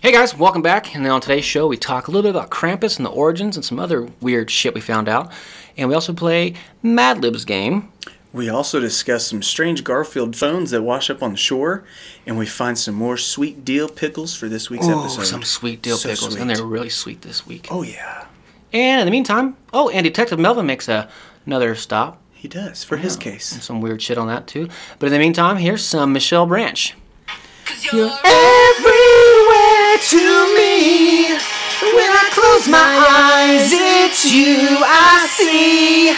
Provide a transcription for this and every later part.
Hey guys, welcome back. And on today's show, we talk a little bit about Krampus and the origins and some other weird shit we found out. And we also play Mad Lib's game. We also discuss some strange Garfield phones that wash up on the shore, and we find some more sweet deal pickles for this week's Oh, episode. some sweet dill So pickles, sweet. and they're really sweet this week. Oh yeah, And in the meantime, oh, and Detective Melvin makes a, another stop. he does for his case. Some weird shit on that too. But in the meantime, here's some Michelle Branch. Cause you're Everywhere to me. When I close my eyes, it's you I see.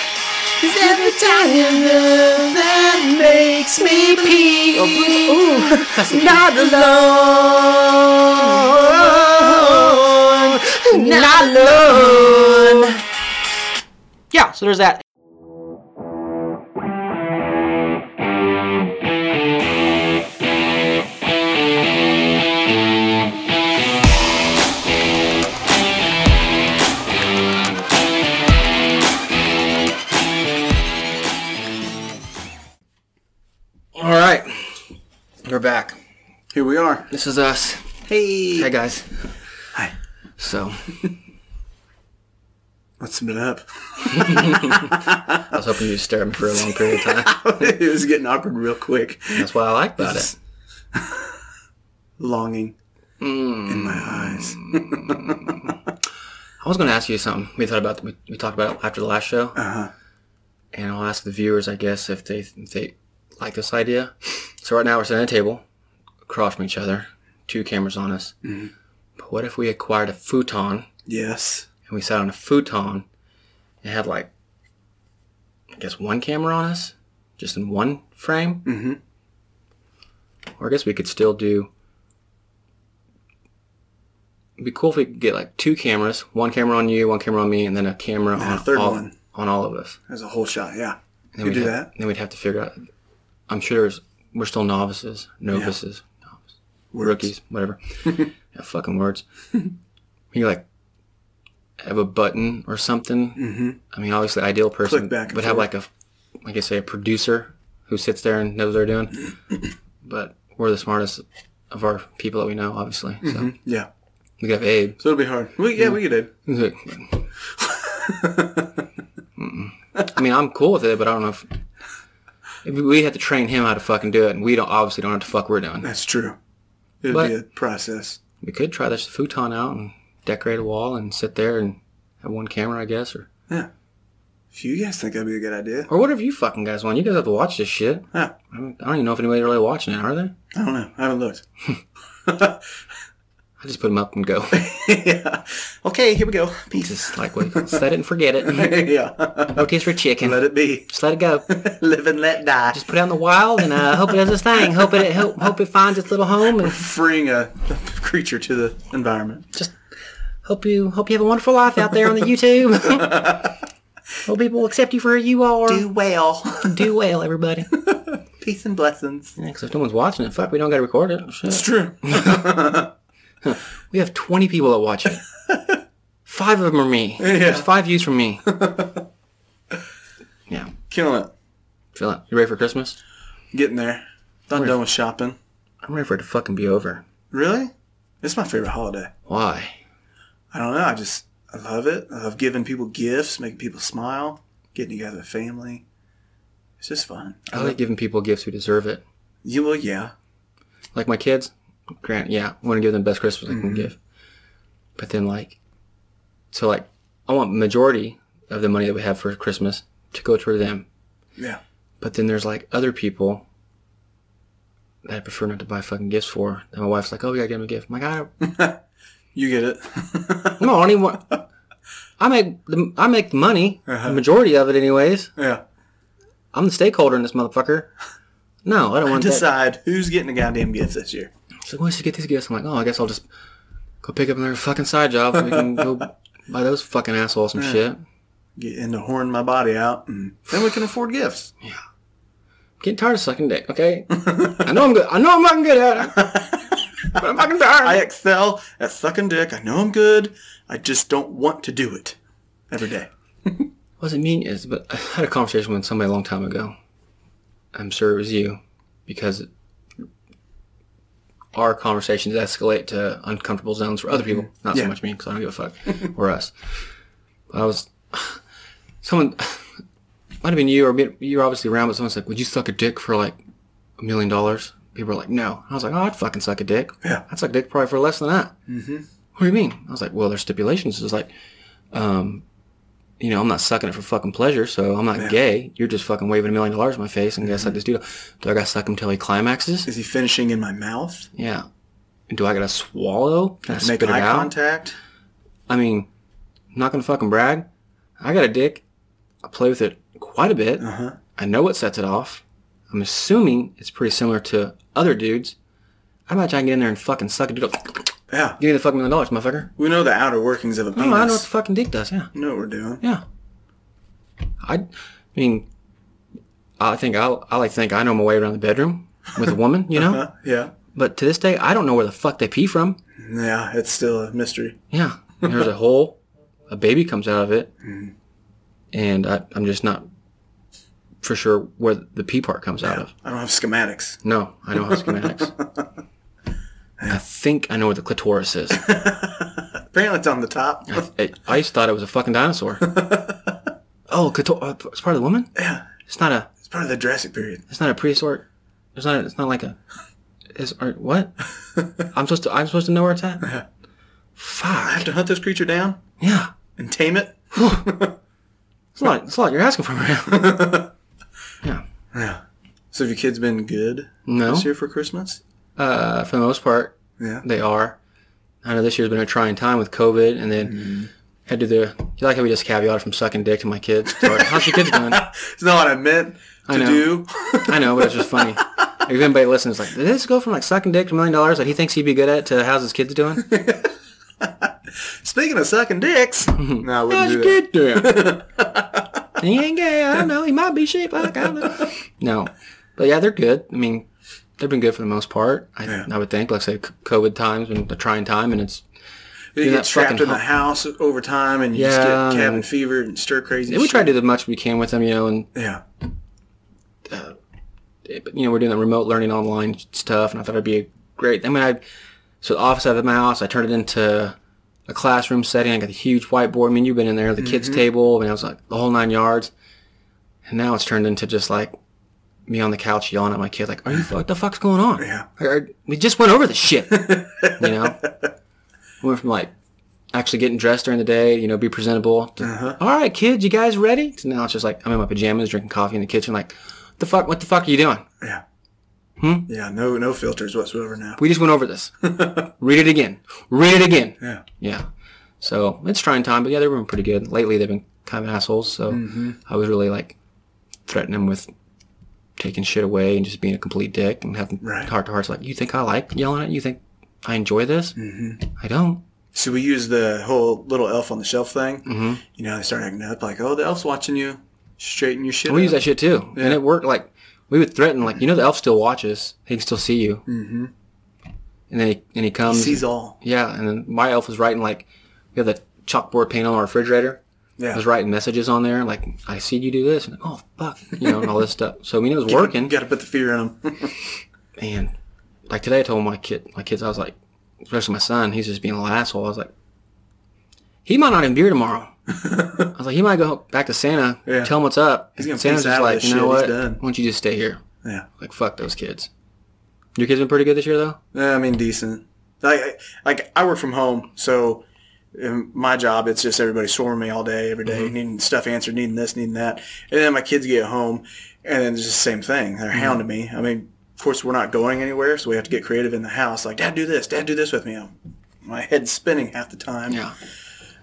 Cause every time you look, that makes me pee. not alone. Not alone. Yeah, so there's that. All right, we're back. Here we are. This is us. Hey. Hey guys. Hi. So Let's spin it up. I was hoping you'd stare at me for a long period of time. it was getting awkward real quick. That's what I like about it. Longing in my eyes. I was going to ask you something. We thought about we, we talked about it after the last show, and I'll ask the viewers, I guess, if they if they like this idea. So right now we're sitting at a table, across from each other, two cameras on us. But what if we acquired a futon Yes. and we sat on a futon and had like, I guess, one camera on us, just in one frame? Mm-hmm. Or I guess we could still do. It'd be cool if we could get like two cameras, one camera on you, one camera on me, and then a camera Yeah, on third all, one. on all of us. There's a whole shot. Yeah. And then You we'd do have- that? Then we'd have to figure out. I'm sure there's, we're still novices, novices, novices Words. rookies, whatever. Yeah, fucking words. You like have a button or something. Mm-hmm. I mean, obviously, the ideal person Click back and would have like forth. a, like I say, a producer who sits there and knows what they're doing. but we're the smartest of our people that we know, obviously. So Yeah. Mm-hmm. we could have Abe. So it'll be hard. We, yeah, we could do. He's like, "Mm-mm." I mean, I'm cool with it, but I don't know if, if we have to train him how to fucking do it, and we don't obviously don't know what the fuck we're doing. That's true. It'll But- be a process. We could try this futon out and decorate a wall and sit there and have one camera, I guess, or Yeah. If you guys think that'd be a good idea, or whatever you fucking guys want. You guys have to watch this shit. yeah. I don't, I don't even know if anybody's really watching it, are they? I don't know. I haven't looked. I just put them up and go. yeah. Okay, here we go. Peace. just like wait, set it and forget it. yeah. No taste for chicken. Let it be. just let it go. Live and let die. Just put it out in the wild and uh, hope it does its thing. Hope it hope, hope it finds its little home and Freeing a creature to the environment. just hope you hope you have a wonderful life out there on the YouTube. hope people accept you for who you are. Do, well. well, everybody. Peace and blessings. Because if no one's watching it, fuck, we don't got to record it. It's Shit. true. We have 20 people that watch it. five of them are me. There's five views from me. yeah. Killing it. Feel it. You ready for Christmas? Getting there. Not done with shopping. I'm ready for it to fucking be over. Really? It's my favorite holiday. Why? I don't know. I just, I love it. I love giving people gifts, making people smile, getting together with family. It's just fun. I like giving people gifts who deserve it. You will, yeah. Like my kids, Grant, yeah, I want to give them the best Christmas I can give. But then, like, so, like, I want majority of the money that we have for Christmas to go toward them. Yeah. But then there's like other people that I prefer not to buy fucking gifts for. And my wife's like, "Oh, we gotta get him a gift." I'm like, I don't, You get it. no, I don't even want. I make the I make the money, the majority of it, anyways. yeah. I'm the stakeholder in this motherfucker. No, I don't want that. Decide who's getting the goddamn gift this year. She's like, "Where should get these gifts?" I'm like, "Oh, I guess I'll just go pick up another fucking side job. So we can go buy those fucking assholes some shit." I'm Get into horn my body out, and then we can afford gifts. getting tired of sucking dick. Okay, I know I'm good. I know I'm fucking good at it, but I'm fucking tired. I excel at sucking dick. I know I'm good. I just don't want to do it every day. wasn't mean is, but I had a conversation with somebody a long time ago. I'm sure it was you, because our conversations escalate to uncomfortable zones for other people. Not Mm-hmm. Yeah. so much me because I don't give a fuck or us. I was someone might have been you or me- you were obviously around, but someone's like, "Would you suck a dick for like a million dollars?" People were like, "No." I was like, "Oh, I'd fucking suck a dick. Yeah. I'd suck a dick probably for less than that." Mm-hmm. What do you mean? I was like, "Well, there's stipulations." It was like, um, you know, I'm not sucking it for fucking pleasure, so I'm not gay. You're just fucking waving a million dollars in my face Mm-hmm. and I gotta suck this dude. Do I gotta suck him till he climaxes? Is he finishing in my mouth? Yeah. Do I gotta swallow? Can I Make spit it eye out? contact? I mean, I'm not gonna fucking brag. I got a dick. I play with it quite a bit. Uh-huh. I know what sets it off. I'm assuming it's pretty similar to other dudes. I imagine I can get in there and fucking suck a dude up. Yeah. Give me the fucking million dollars, motherfucker. We know the outer workings of a No, penis. I know what the fucking dick does. Yeah, You know what we're doing. yeah. I, I mean, I think I, I like to think I know my way around the bedroom with a woman, you know. Huh? Yeah. But to this day, I don't know where the fuck they pee from. Yeah, it's still a mystery. Yeah. And there's a hole. A baby comes out of it. And I, I'm just not for sure where the pee part comes out of. I don't have schematics. No, I know how schematics. I think I know where the clitoris is. Apparently it's on the top. I, I just thought it was a fucking dinosaur. oh, clitoris. It's part of the woman? yeah. It's not a, It's part of the Jurassic period. it's not a prehistoric. It's not, it's not like a, it's, or, what? I'm supposed to, I'm supposed to know where it's at? I have Fuck. to hunt this creature down Yeah. and tame it. It's a lot, it's a lot you're asking for, man. yeah. So have your kids been good No. this year for Christmas? uh, for the most part, Yeah. they are. I know this year's been a trying time with COVID, and then Mm-hmm. had to do the. You like how we just caveat from sucking dick to my kids? Sorry, how's your kids doing? It's not what I meant to know. do. I know, but it's just funny. If anybody listens, like, did this go from like sucking dick to a million dollars that he thinks he'd be good at to how's his kids doing? Speaking of sucking dicks. no, I wouldn't How's do your that. kid doing? he ain't gay. I don't know. He might be shit. Fuck. I don't know. No, but yeah, they're good. I mean, they've been good for the most part. I, Yeah. I would think. Like I say, c- COVID times and a trying time, and it's You Do get that trapped fucking in the hu- house over time and you Yeah. just get cabin fever and stir crazy and we shit. try to do the much we can with them, you know, and Yeah. but, you know, we're doing the remote learning online stuff, and I thought it'd be a great. I mean, I so the office out of my house, I turned it into a classroom setting. I got a huge whiteboard. I mean, you've been in there, the kids' table, and I was like the whole nine yards. And now it's turned into just like me on the couch yelling at my kid, like, "Are you what the fuck's going on? Yeah. Like, are- we just went over this shit, you know." We went from like actually getting dressed during the day, you know, be presentable. to, "All right, kids, you guys ready? To now it's just like I'm in my pajamas, drinking coffee in the kitchen, like, the fuck, what the fuck are you doing? Yeah. Yeah, no no filters whatsoever now. We just went over this. Read it again. Read it again. Yeah. Yeah. So it's trying time, but yeah, they've been pretty good. Lately, they've been kind of assholes. So Mm. Mm-hmm, I was really like threatening them with taking shit away and just being a complete dick and having Right. heart to hearts like, you think I like yelling at you? You think I enjoy this? Mm-hmm. I don't. So we use the whole little elf on the shelf thing. Mm-hmm. You know, they start acting up like, oh, the elf's watching you. Straighten your shit We up. use that shit too. And it worked. Like, we would threaten, like, you know, the elf still watches. He can still see you. Mm-hmm. And then he, and he comes. Sees all. Yeah, and then my elf was writing like we have the chalkboard paint on our refrigerator. Yeah. I was writing messages on there like I see you do this and oh fuck, you know, and all this stuff. So I mean it was You working. got to put the fear in them. And like today, I told my kid, my kids, I was like, especially my son, he's just being a little asshole. I was like, he might not even be here tomorrow. I was like, he might go back to Santa, Yeah. tell him what's up. He's gonna Santa's peace out just of like, this you know shit. He's what? done." Why don't you just stay here? yeah. Like fuck those kids. Your kids been pretty good this year though. Yeah, I mean, decent. Like, I- like I work from home, so in my job it's just everybody swarming me all day, every Mm-hmm. day, needing stuff answered, needing this, needing that, and then my kids get home, and then it's just the same thing. Mm-hmm. They're hounding me. I mean, of course we're not going anywhere, so we have to get creative in the house. Like, Dad, do this. Dad, do this with me. I'm, my head's spinning half the time. Yeah.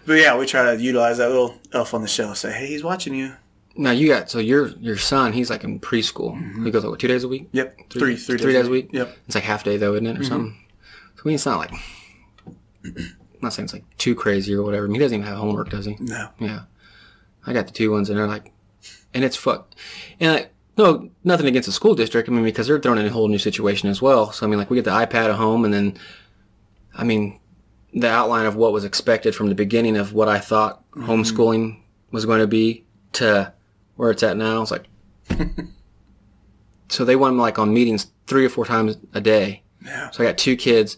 But yeah, we try to utilize that little elf on the shelf. Say, hey, he's watching you. Now you got so your your son, he's like in preschool. Mm-hmm. He goes like what, two days a week. Yep. Three- Three, three days a week? Yep. It's like half day though, isn't it, or something? So I mean, it's not like I'm not saying it's like too crazy or whatever. I mean, he doesn't even have homework, does he? No. Yeah, I got the two ones, and they're like, and it's fuck, and like, no, nothing against the school district. I mean, because they're thrown in a whole new situation as well. So I mean, like we get the iPad at home, and then, I mean, the outline of what was expected from the beginning of what I thought homeschooling was going to be to where it's at now. It's like, so they want them like on meetings three or four times a day. Yeah. So I got two kids,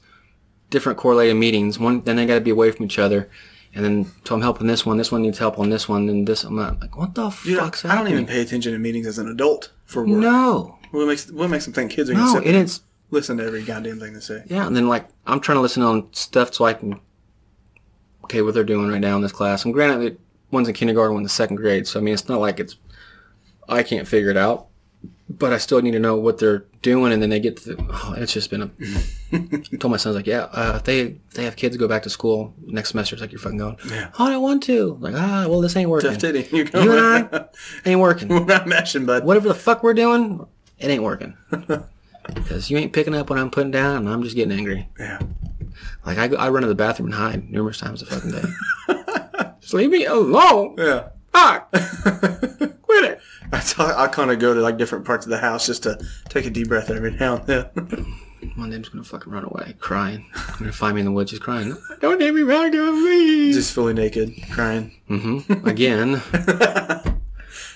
different correlated meetings. One, then they got to be away from each other, and then so I'm helping this one. This one needs help on this one, and this I'm not like, what the You know, fuck's I don't happening? even pay attention to meetings as an adult for work. No, What makes what makes them think kids are no, gonna sit and there it's and listen to every goddamn thing they say? yeah. And then like I'm trying to listen on stuff so I can okay what they're doing right now in this class. And granted, it, one's in kindergarten, one's in second grade. So I mean, it's not like it's I can't figure it out, but I still need to know what they're doing. And then they get to the, oh, it's just been a. I told my son I was like, yeah, uh, if they if they have kids go back to school next semester, it's like you're fucking going. Oh, I don't want to. Like ah, well this ain't working. Tough titty. You, go, You and I ain't working we're not meshing, bud. whatever the fuck we're doing, it ain't working. Because you ain't picking up what I'm putting down, and I'm just getting angry. Yeah. Like, I, go- I run to the bathroom and hide numerous times a fucking day. just leave me alone. Yeah. Fuck. Quit it. I, talk, I kind of go to like different parts of the house just to take a deep breath every now and then. One day I'm just going to fucking run away, crying. You're going to find me in the woods just crying. Don't take me back to me. just fully naked, crying. hmm Again.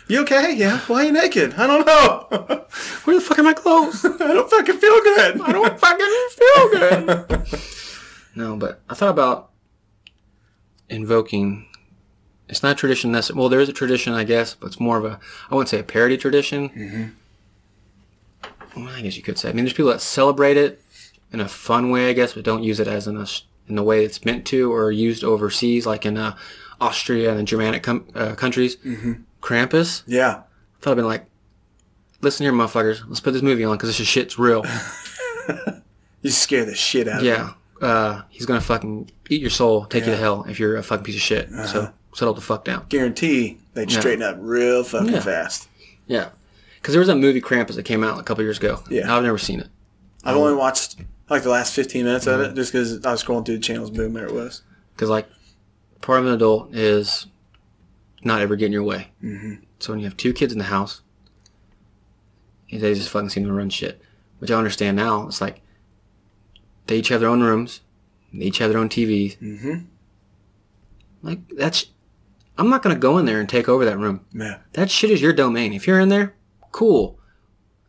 You okay? Yeah. Why are you naked? I don't know. Where the fuck are my clothes? I don't fucking feel good. I don't fucking feel good. no, but I thought about invoking. It's not a tradition necessarily. Well, there is a tradition, I guess, but it's more of a, I wouldn't say a parody tradition. Well, I guess you could say. I mean, there's people that celebrate it in a fun way, I guess, but don't use it as in, a, in the way it's meant to or used overseas, like in uh, Austria and the Germanic com- uh, countries. Krampus? Yeah. thought I'd been like, listen here, motherfuckers, let's put this movie on because this is shit's real. You scare the shit out of me. Yeah. Uh, he's gonna fucking eat your soul, take you to hell if you're a fucking piece of shit. So settle the fuck down. Guarantee they'd straighten up real fucking Yeah. fast. Yeah. Because there was that movie Krampus that came out a couple years ago. Yeah. I've never seen it. Um, I've only watched like the last 15 minutes of Mm-hmm. it just because I was scrolling through the channels. Boom, there it was. Because like, part of an adult is not ever getting your way. Mm-hmm. So when you have two kids in the house, they just fucking seem to run shit. Which I understand now. It's like they each have their own rooms, they each have their own TVs. Mm-hmm. Like that's, I'm not gonna go in there and take over that room. Yeah. That shit is your domain. If you're in there, cool.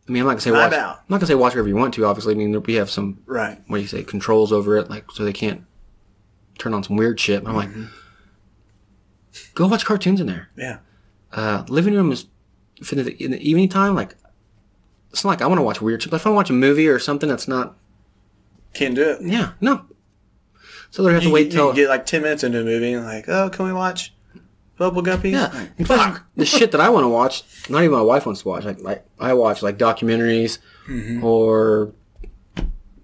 I mean, I'm not gonna say watch. out. I'm not gonna say watch wherever you want to. Obviously, I mean there- we have some Right. what do you say controls over it, like so they can't turn on some weird shit. I'm like, go watch cartoons in there. Mm-hmm. Yeah. Uh, living room is if in the, in the evening time. Like, it's not like I want to watch weird shit. But if I want to watch a movie or something that's not, Can't do it. yeah, no. So they have to You, wait till you get like 10 minutes into a movie and like, oh, can we watch Bubble Guppies? Yeah, Like, and plus, fuck. the shit that I want to watch. Not even my wife wants to watch. Like, like I watch like documentaries Mm-hmm. or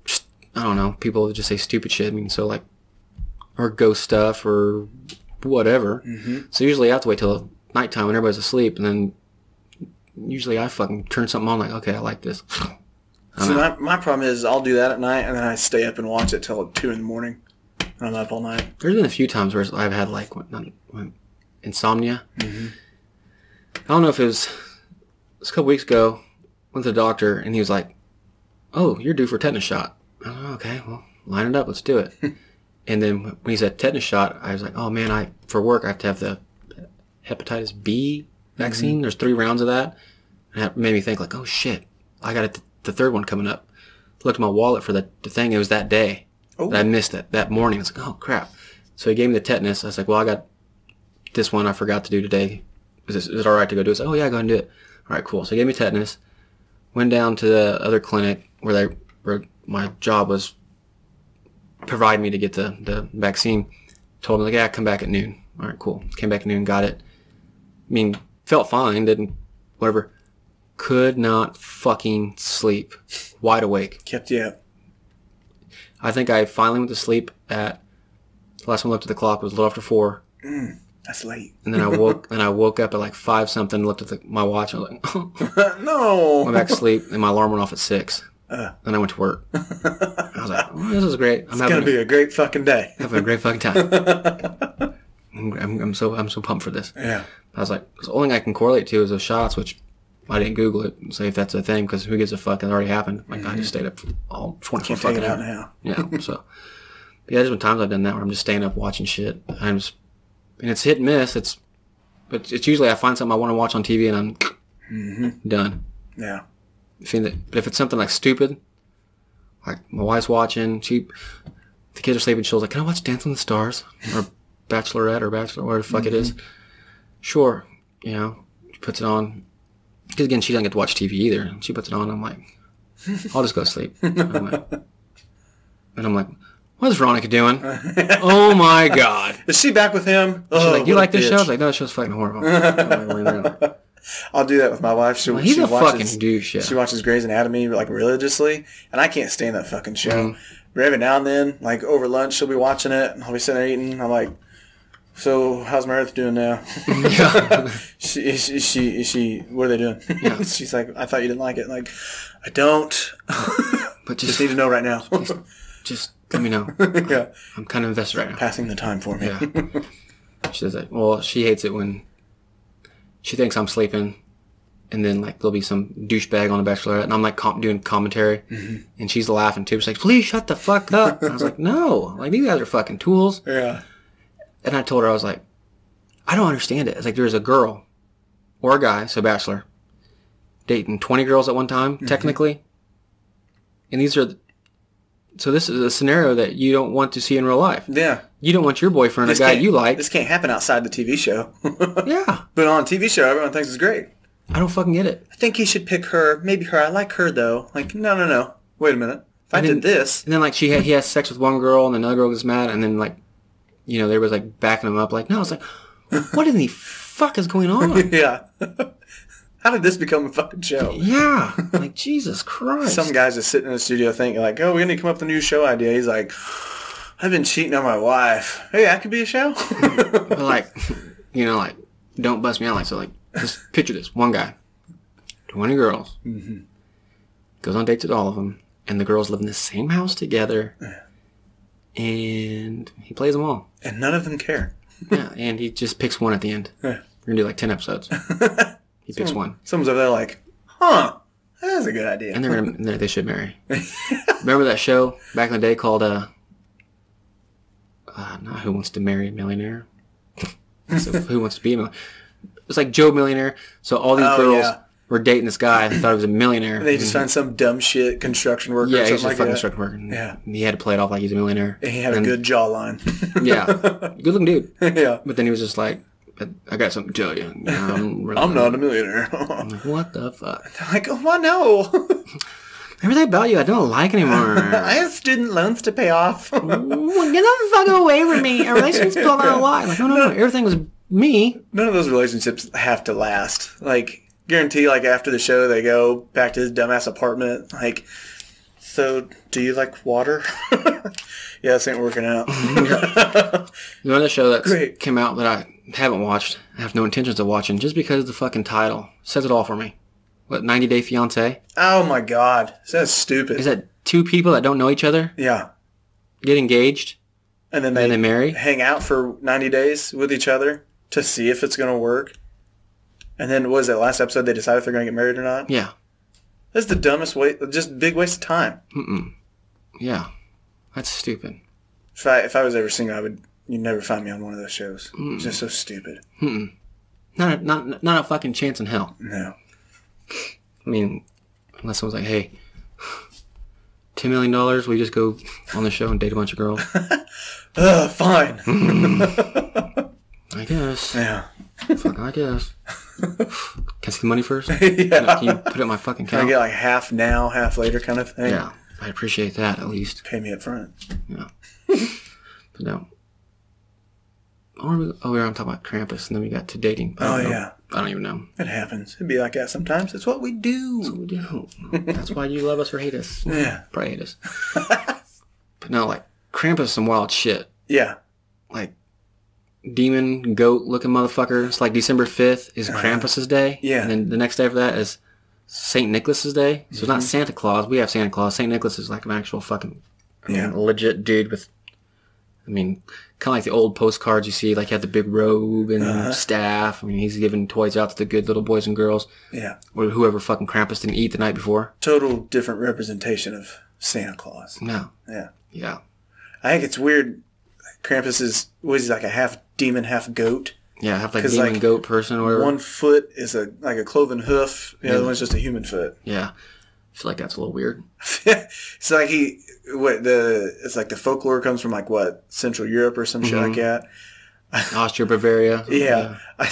just- I don't know. People just say stupid shit. I mean, so like or ghost stuff or Mm-hmm. whatever. So usually I have to wait till nighttime when everybody's asleep, and then usually I fucking turn something on. Like, okay, I like this. So my, my problem is I'll do that at night and then I stay up and watch it till two in the morning. And I'm up all night. There's been a few times where I've had like what, not, what, insomnia. I don't know if it was, it was a couple weeks ago. Went to the doctor and he was like, "Oh, you're due for tetanus shot." I was like, "Oh, "Okay, well, line it up. Let's do it." and then when he said tetanus shot, I was like, "Oh man, I for work I have to have the hepatitis B vaccine. There's three rounds of that." And that made me think like, "Oh shit, I got it, the third one coming up." Looked at my wallet for the, the thing. It was that day. Oh. That I missed it that morning. I was like, "Oh crap." So he gave me the tetanus. I was like, "Well, I got this one. I forgot to do today. Is, this, is it all right to go do?" it? "Oh yeah, go ahead and do it." All right, cool. So he gave me tetanus. Went down to the other clinic where they where my job was providing me to get the, the vaccine. Told him like, "Yeah, come back at noon." All right, cool. Came back at noon, got it. I mean, felt fine. Didn't whatever. Could not fucking sleep. Wide awake. Kept you up. I think I finally went to sleep at the last time I looked at the clock was a little after four, That's late. and then I woke and I woke up at like five something, looked at the, my watch, and I was like, no. went back to sleep, and my alarm went off at six. Then I went to work. I was like, "Well, this is great. I'm It's having, gonna be a, a great fucking day. having a great fucking time. I'm, I'm, I'm so I'm so pumped for this. Yeah. I was like, 'cause the only thing I can correlate to is those shots, which I didn't Google it and say if that's a thing because who gives a fuck? It already happened. Like I just stayed Mm-hmm. up all 24 Can't take fucking it out hours. now. Yeah. So, but yeah, there's been times I've done that where I'm just staying up watching shit. I'm just, and it's hit and miss. It's, but it's usually I find something I want to watch on TV and I'm done. Yeah. If it- But if it's something like stupid, Like my wife's watching. She, the kids are sleeping. She's like, "Can I watch Dance with the Stars or Bachelorette or Bachelor, whatever the fuck it Mm-hmm. is?" Sure, you know. She puts it on because again, she doesn't get to watch TV either. She puts it on. I'm like, I'll just go to sleep. I'm like- and I'm like, what is Veronica doing? oh my god! Is she back with him? She's Oh, like, you what a like this show? I bitch. was like, no, this show's fucking horrible. I'm like, laying there like, I'll do that with my wife. She, He's she a watches, fucking douche. Yeah. She watches Grey's Anatomy like religiously, and I can't stand that fucking show. Mm-hmm. But every now and then, like over lunch, she'll be watching it, and I'll be sitting there eating. I'm like, "So how's my Earth doing now? Mm-hmm. yeah. she, is, she- is she, is she, what are they doing?" She's like, "I thought you didn't like it." like, I don't. But Just just, need to know right now. just let me know. yeah, I'm kind of invested right now. passing the time for me. Yeah. she does it. Well, she hates it when she thinks I'm sleeping, and then like there'll be some douchebag on the Bachelorette, and I'm like com- doing commentary, Mm-hmm. and she's laughing too. She's like, "Please shut the fuck up." And I was like, "No, like these guys are fucking tools." Yeah. And I told her I was like, "I don't understand it." It's like there's a girl or a guy, so Bachelor, dating 20 girls at one time, Mm-hmm. technically, and these are. so this is a scenario that you don't want to see in real life. Yeah. You don't want your boyfriend, a This guy can't- you like. This can't happen outside the TV show. Yeah. but on TV show, everyone thinks it's great. I don't fucking get it. I think he should pick her. Maybe her. I like her though. Like, no, no, no. Wait a minute. If I, didn't- did this, And then like she had, he has sex with one girl and another girl gets mad and then like, you know, they was like backing him up like, no, it's like, what in the fuck is going on? yeah. How did this become a fucking show? yeah, like Jesus Christ. Some guys just sitting in the studio thinking like, oh, we need to come up with a new show idea. He's like, I've been cheating on my wife. Hey, that could be a show. But, like, you know, like don't bust me out like so. Like just picture this: one guy, twenty girls, Mm-hmm. goes on dates with all of them, and the girls live in the same house together, and he plays them all. and none of them care. Yeah, and he just picks one at the end. Yeah. We're gonna do like ten episodes. He picks one, Someone's over there like, huh, that's a good idea. and they're gonna and they- they should marry. Remember that show back in the day called uh, uh not Who Wants to Marry a Millionaire? so Who Wants to Be a Millionaire? It's like Joe Millionaire. So all these Oh, girls yeah. were dating this guy. They thought he was a millionaire. they just find some dumb shit construction worker yeah, or he was something just like fucking that. struck work. and Yeah. he had to play it off like he's a millionaire. And he had a And- good jawline. yeah, good looking dude. yeah. But then he was just like, I, I got something to tell you. And I'm, really- I'm not a millionaire. Like, what the fuck? like, oh, I know. Everything about you I don't like anymore. I have student loans to pay off. None Well, get the fuck away from me. Our relationship's built on a lie. Like, no, no, no. Everything was me. of those relationships have to last. Like, guarantee, like, after the show, they go back to his dumbass apartment. Like, so, do you like water? yeah, this ain't working out. You know, another show that Great. came out that I haven't watched, I have no intentions of watching, just because of the fucking title. Says it all for me. What, 90 Day Fiancé? oh, my God. That's Is stupid. that two people that don't know each other Yeah. get engaged And then and they they marry? hang out for 90 days with each other to see if it's going to work. And then, what is that last episode? They decide if they're going to get married or not? Yeah. That's the dumbest way, just big waste of time. Yeah. That's stupid. If I if I was ever single, I would you'd never find me on one of those shows. It's just so stupid. Not a, not, not a fucking chance in hell. No. I mean, unless someone's like, hey, $10 million, we just go on the show and date a bunch of girls. Ugh, fine. I guess. yeah. Fuck, I guess. Can I see the money first? yeah. Can you put it in my fucking I account? get like half now, half later kind of thing. yeah, I appreciate that at least. Pay me up front. Yeah. but no. Or we- Oh, we were on talking about Krampus, and then we got to dating. I Oh, don't know. yeah. I don't even know. It happens. It'd be like that sometimes. It's what we do. We don't. That's why you love us or hate us. Yeah. Probably hate us. but no, like Krampus, is some wild shit. Yeah. Like demon goat looking motherfucker. It's like December fifth is Krampus's day. Uh-huh. Yeah. And then the next day after that is Saint Nicholas's day. So it's Mm-hmm. not Santa Claus. We have Santa Claus. Saint Nicholas is like an actual fucking I mean, Yeah. legit dude with. I mean, kind of like the old postcards you see. Like he had the big robe and Uh-huh. staff. I mean, he's giving toys out to the good little boys and girls Yeah. or whoever fucking Krampus didn't eat the night before. Total different representation of Santa Claus. No. Yeah. Yeah. I think it's weird. Krampus is what is he like a half demon, half goat. Yeah. Have like 'Cause, demon like, goat person or whatever. One foot is a like a cloven hoof. The other one's just a human foot. Yeah. I feel like that's a little weird. it's like he what the it's like the folklore comes from like what Central Europe or some shit like that. Austria, Bavaria. Yeah, I,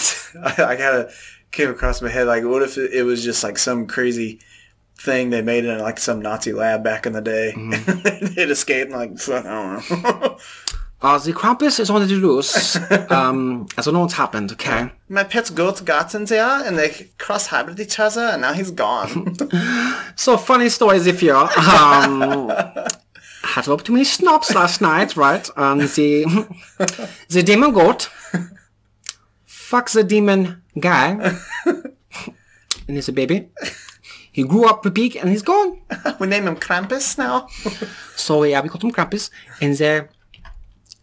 I gotta came across my head like, what if it, it was just like some crazy thing they made in like some Nazi lab back in the day? They'd escape and like fuck, I don't know. Uh, the Krampus is on the loose. um, I don't know what's happened, okay? my pet's goat got in there and they cross hybrid each other and now he's gone. So funny stories if you um had a lot too many snobs last night, right? And the the demon goat fuck the demon guy and he's a baby. He grew up a pig and he's gone. we name him Krampus now. So yeah, we called him Krampus and there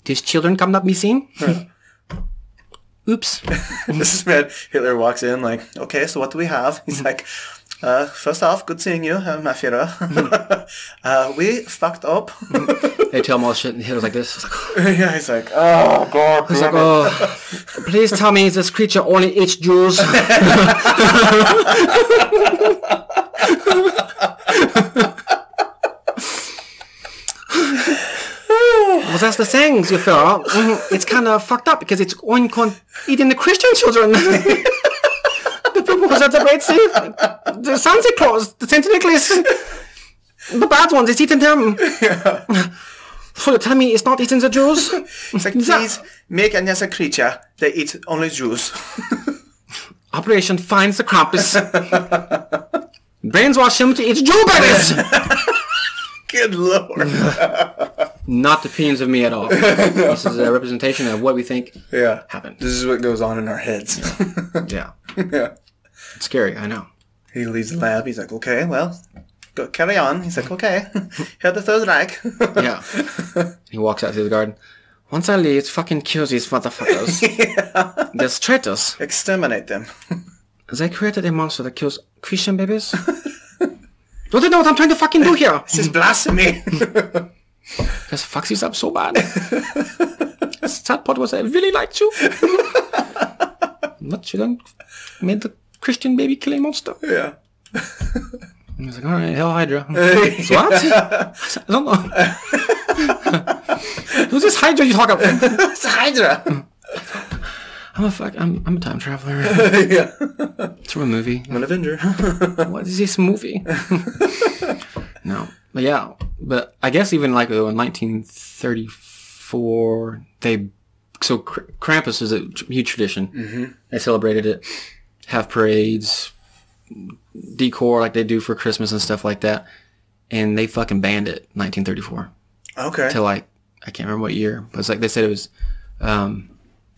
these children come up missing. Oops. this is when Hitler walks in like, okay, so what do we have? He's like, uh, first off, good seeing you, uh, my Führer. uh, we fucked up. They tell him all shit and Hitler's like this. It's like, yeah, he's like, oh god, It's like, oh, please tell me this creature only eats Jews. well, that's the thing, you feel. Mhm. It's kind of fucked up because it's only con- eating the Christian children. the people who have the Red Sea, the Santa Claus, the Saint Nicholas, the bad ones, it's eating them. So you tell me it's not eating the Jews? he's like, please make another creature that eats only Jews. Operation finds the Krampus. Brainwash him to eat Jew babies! Good lord. Not the opinions of me at all. this is a representation of what we think yeah, happened. this is what goes on in our heads. Yeah. yeah, It's scary, I know. he leaves the lab. He's like, okay, well. Go, carry on. He's like, okay, head the third Reich. Yeah. he walks out through the garden. Once I leave, fucking kill these motherfuckers. They're traitors. Exterminate them. They created a monster that kills Christian babies. Don't they know what I'm trying to fucking do here? This is blasphemy. This fucks this up so bad. Sad part was I really liked you. but you done made the Christian baby killing monster. yeah. I was like, all right, Hell Hydra. So what? I don't know. Who's this Hydra you talk about? It's Hydra. I'm a fuck. I'm, I'm a time traveler. yeah. It's from a movie. I'm an Avenger. What is this movie? no, but yeah, but I guess even like uh, in 1934, they so Kr- Krampus is a tr- huge tradition. Mm-hmm. They celebrated it, have parades, decor like they do for Christmas and stuff like that, and they fucking banned it in 1934. okay. to like I can't remember what year, but it's like they said it was um,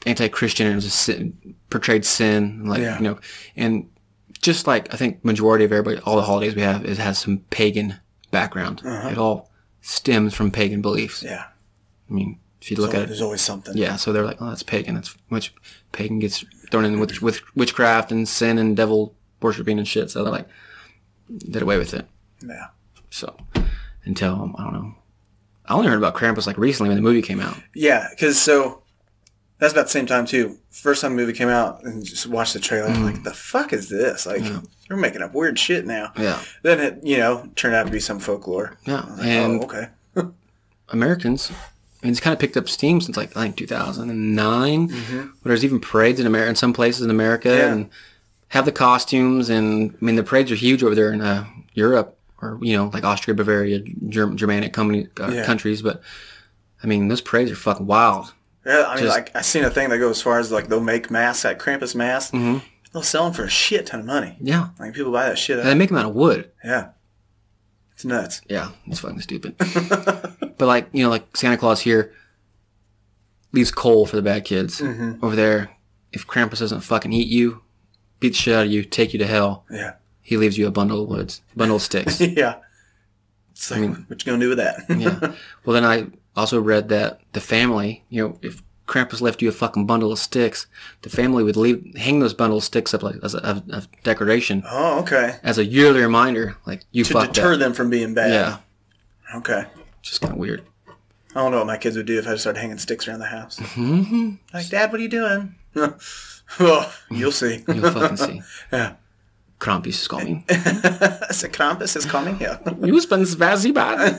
anti-Christian and it was a sin, portrayed sin, and, like Yeah. you know, and just like I think majority of everybody, all the holidays we have, is has some pagan background. It all stems from pagan beliefs. yeah. I mean, if you look at it, There's always something. yeah. So they're like, oh, that's pagan. That's which pagan gets thrown in with with witchcraft and sin and devil worshiping and shit. So they're like, did away with it. Yeah. So until um, I don't know. I only heard about Krampus like recently when the movie came out. Yeah, because so that's about the same time too. First time the movie came out and just watched the trailer, I'm Mm-hmm. like the fuck is this? Like they're making up weird shit now. Yeah. Then it you know turned out to be some folklore. Yeah, I was and- oh, okay. Americans. I mean, it's kind of picked up steam since like I think 2009. Where there's even parades in America in some places in America Mm-hmm. Yeah. and have the costumes and I mean the parades are huge over there in uh, Europe or you know like Austria, Bavaria, Germ- Germanic company, uh, Yeah. countries. But I mean those parades are fucking wild. Yeah, I mean, Just- like I seen a thing that goes as far as like they'll make masks, like Krampus masks. They'll sell them for a shit ton of money. Yeah, Like people buy that shit. and they Up. make them out of wood. Yeah, it's nuts. Mm-hmm. Yeah, it's fucking stupid. but like you know like Santa Claus here leaves coal for the bad kids over there. If Krampus doesn't fucking eat you, beat the shit out of you, take you to hell. Yeah, he leaves you a bundle of woods, bundle of sticks. yeah. It's like what you gonna do with that? yeah. Well, then I also read that the family, you know, if Krampus left you a fucking bundle of sticks, the family would leave hang those bundle of sticks up like as a, of of decoration oh, okay. as a yearly reminder, like you To fucked deter up. them from being bad. Yeah, Okay. just kind of weird. I don't know what my kids would do if I just started hanging sticks around the house. Mm-hmm. Like, Dad, what are you doing? well, you'll see. You'll fucking see. yeah. Krampus is coming. Is it Krampus is coming? Yeah. you spend very bad.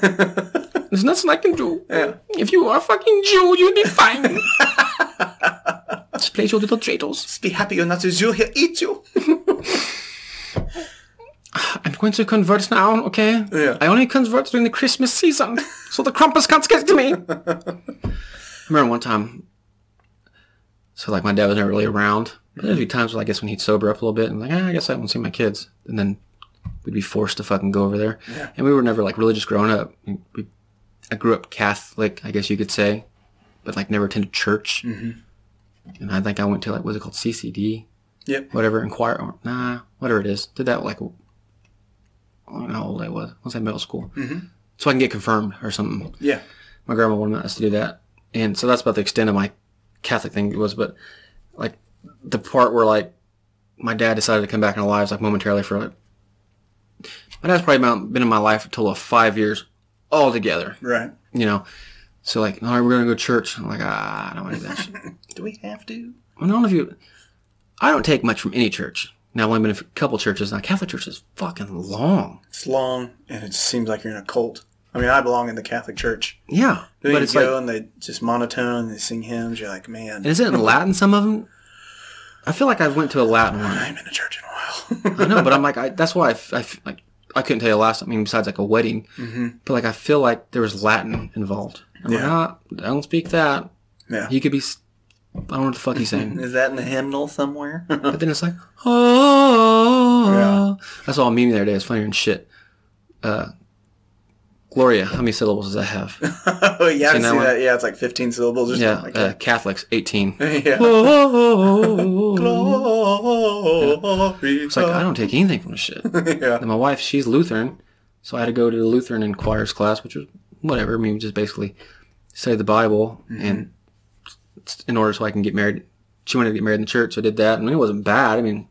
There's nothing I can do. Yeah. If you are a fucking Jew, you'll be fine. Just play your little traitors. Be happy you're not a Jew. He'll eat you. I'm going to convert now, okay? Yeah. I only convert during the Christmas season, so the Krampus can't get to me. I remember one time, so like my dad was never really around. But there'd be times, where I guess, when he'd sober up a little bit and like, ah, I guess I won't see my kids. And then we'd be forced to fucking go over there. And we were never like religious growing up. We, we, I grew up Catholic, I guess you could say, but like never attended church. Mm-hmm. And I think I went to like, what's it called? CCD? Yep. whatever, inquire, or, nah, whatever it is. Did that like, I don't know how old I was. I was in middle school. Mm-hmm. So I can get confirmed or something. Yeah. My grandma wanted us to do that. And so that's about the extent of my Catholic thing it was. But like the part where like my dad decided to come back in our lives like momentarily for like, my dad's probably about- been in my life a total of five years altogether, Right. you know? So like, all right, we're going to go to church. I'm like, ah, I don't want to do that shit. Do we have to? I don't know if you. I don't take much from any church. Now, I've only been in a couple churches. Now, Catholic church is fucking long. It's long, and it seems like you're in a cult. I mean, I belong in the Catholic Church. Yeah, Then but you it's go like, and they just monotone. They sing hymns. You're like, man, is it in Latin? Some of them. I feel like I went to a Latin one. I haven't been to church in a while. I know, but I'm like, I, that's why I, f- I f- like, I couldn't tell you last. I mean, besides like a wedding, Mm-hmm. but like I feel like there was Latin involved. I'm Yeah. like, ah, I don't speak that. yeah. He could be. s- I don't know what the fuck he's saying. Is that in the hymnal somewhere? but then it's like, oh, Yeah. I saw a meme the other day. It's funnier than shit. Uh, Gloria, how many syllables does that have? oh yeah, I Seen that see that. one? Yeah, it's like 15 syllables or Yeah, something like uh, Catholics, 18. that. yeah. it's Glory. like, I don't take anything from this shit. And yeah. my wife, she's Lutheran, so I had to go to the Lutheran in choirs class, which was whatever. I mean, just basically study the Bible and s- in order so I can get married. She wanted to get married in the church, so I did that. and it wasn't bad. I mean,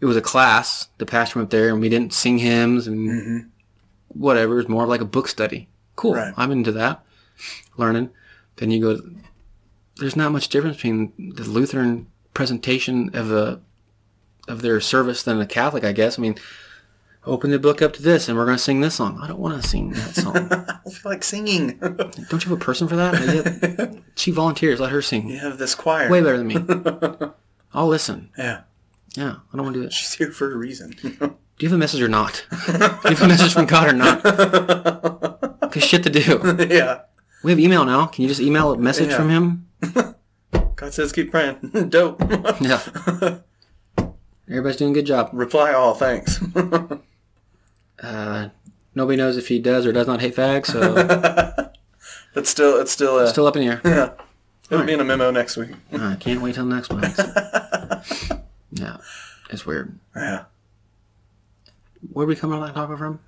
it was a class. The pastor went up there, and we didn't sing hymns and Mm-hmm. whatever. It was more of like a book study. Cool. Right. I'm into that. Learning. Then you go. There's not much difference between the Lutheran presentation of a of their service than a Catholic, I guess. I mean, open the book up to this, and we're going to sing this song. I don't want to sing that song. I don't feel like singing. don't you have a person for that? And yet, she volunteers. Let her sing. you have this choir. Way better than me. I'll listen. Yeah. Yeah, I don't want to do it. She's here for a reason. Do you have a message or not? do you have a message from God or not? Cause shit to do. yeah. We have email now. Can you just email a message Yeah. from him? God says keep praying. Dope. Yeah. Everybody's doing a good job. Reply all thanks. Uh, nobody knows if he does or does not hate fags, so That's still it's still uh, still up in the air. Uh, it'll be in a memo next week. I can't wait till next one. yeah, it's weird. Yeah. Where we coming on that topic from?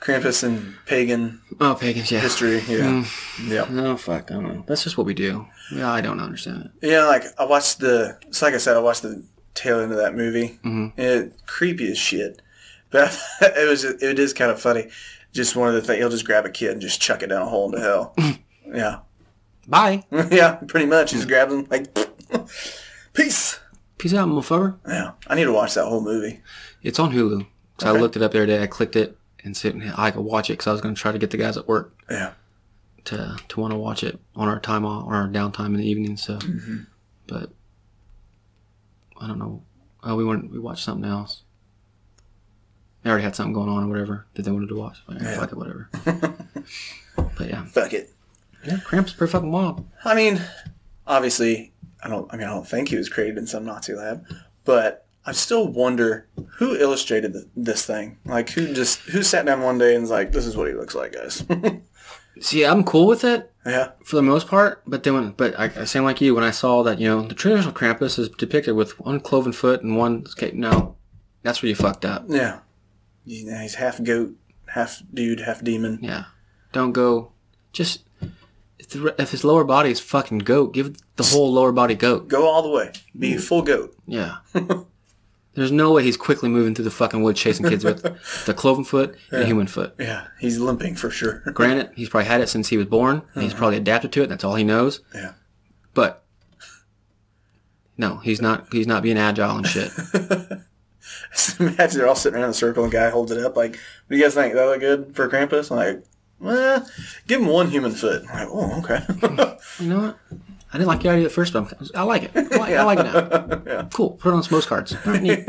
Krampus and pagan Oh, pagans, yeah. history. Hmm. Yeah. Yeah. Oh, fuck, I don't know. That's just what we do. Yeah, I don't understand it. Yeah, like I watched the. It's like I said, I watched the tail end of that movie. Mm-hmm. It creepy as shit, but it was it is kind of funny. Just one of the things he'll just grab a kid and just chuck it down a hole into hell. yeah, Bye. yeah, pretty much. Just grabs him like peace. Peace out, motherfucker. Yeah, I need to watch that whole movie. It's on Hulu. So I looked it up the other day. I clicked it and sit and I could watch it because I was going to try to get the guys at work Yeah, to to want to watch it on our time off, on our downtime in the evening. So, but I don't know. Oh, we went we watched something else. They already had something going on or whatever that they wanted to watch. Like, Fuck it, whatever. but yeah, fuck it. yeah, Cramps pretty fucking wild. I mean, obviously, I don't. I mean, I don't think he was created in some Nazi lab, but I still wonder who illustrated th- this thing. Like, who just who sat down one day and was like, "This is what he looks like, guys." See, I'm cool with it yeah, for the most part. But then, when, but I, I same like you when I saw that you know the traditional Krampus is depicted with one cloven foot and one. Okay, no, that's where you fucked up. yeah. You know, he's half goat, half dude, half demon. Yeah. Don't go. Just if, the, if his lower body is fucking goat, give the whole lower body goat. Go all the way. Be full goat. Yeah. There's no way he's quickly moving through the fucking woods chasing kids with the cloven foot and a human foot. Yeah, he's limping for sure. Granted, he's probably had it since he was born. And he's probably adapted to it. And that's all he knows. Yeah. But No, he's not. He's not being agile and shit. Imagine they're all sitting around in a circle and guy holds it up like, what do you guys think? That look good for Krampus? I'm like, well, give him one human foot. I'm like, oh, okay. You know what? I didn't like the idea the first time. I like it. I like, I like it now. Cool. Put it on some most cards. All right, neat.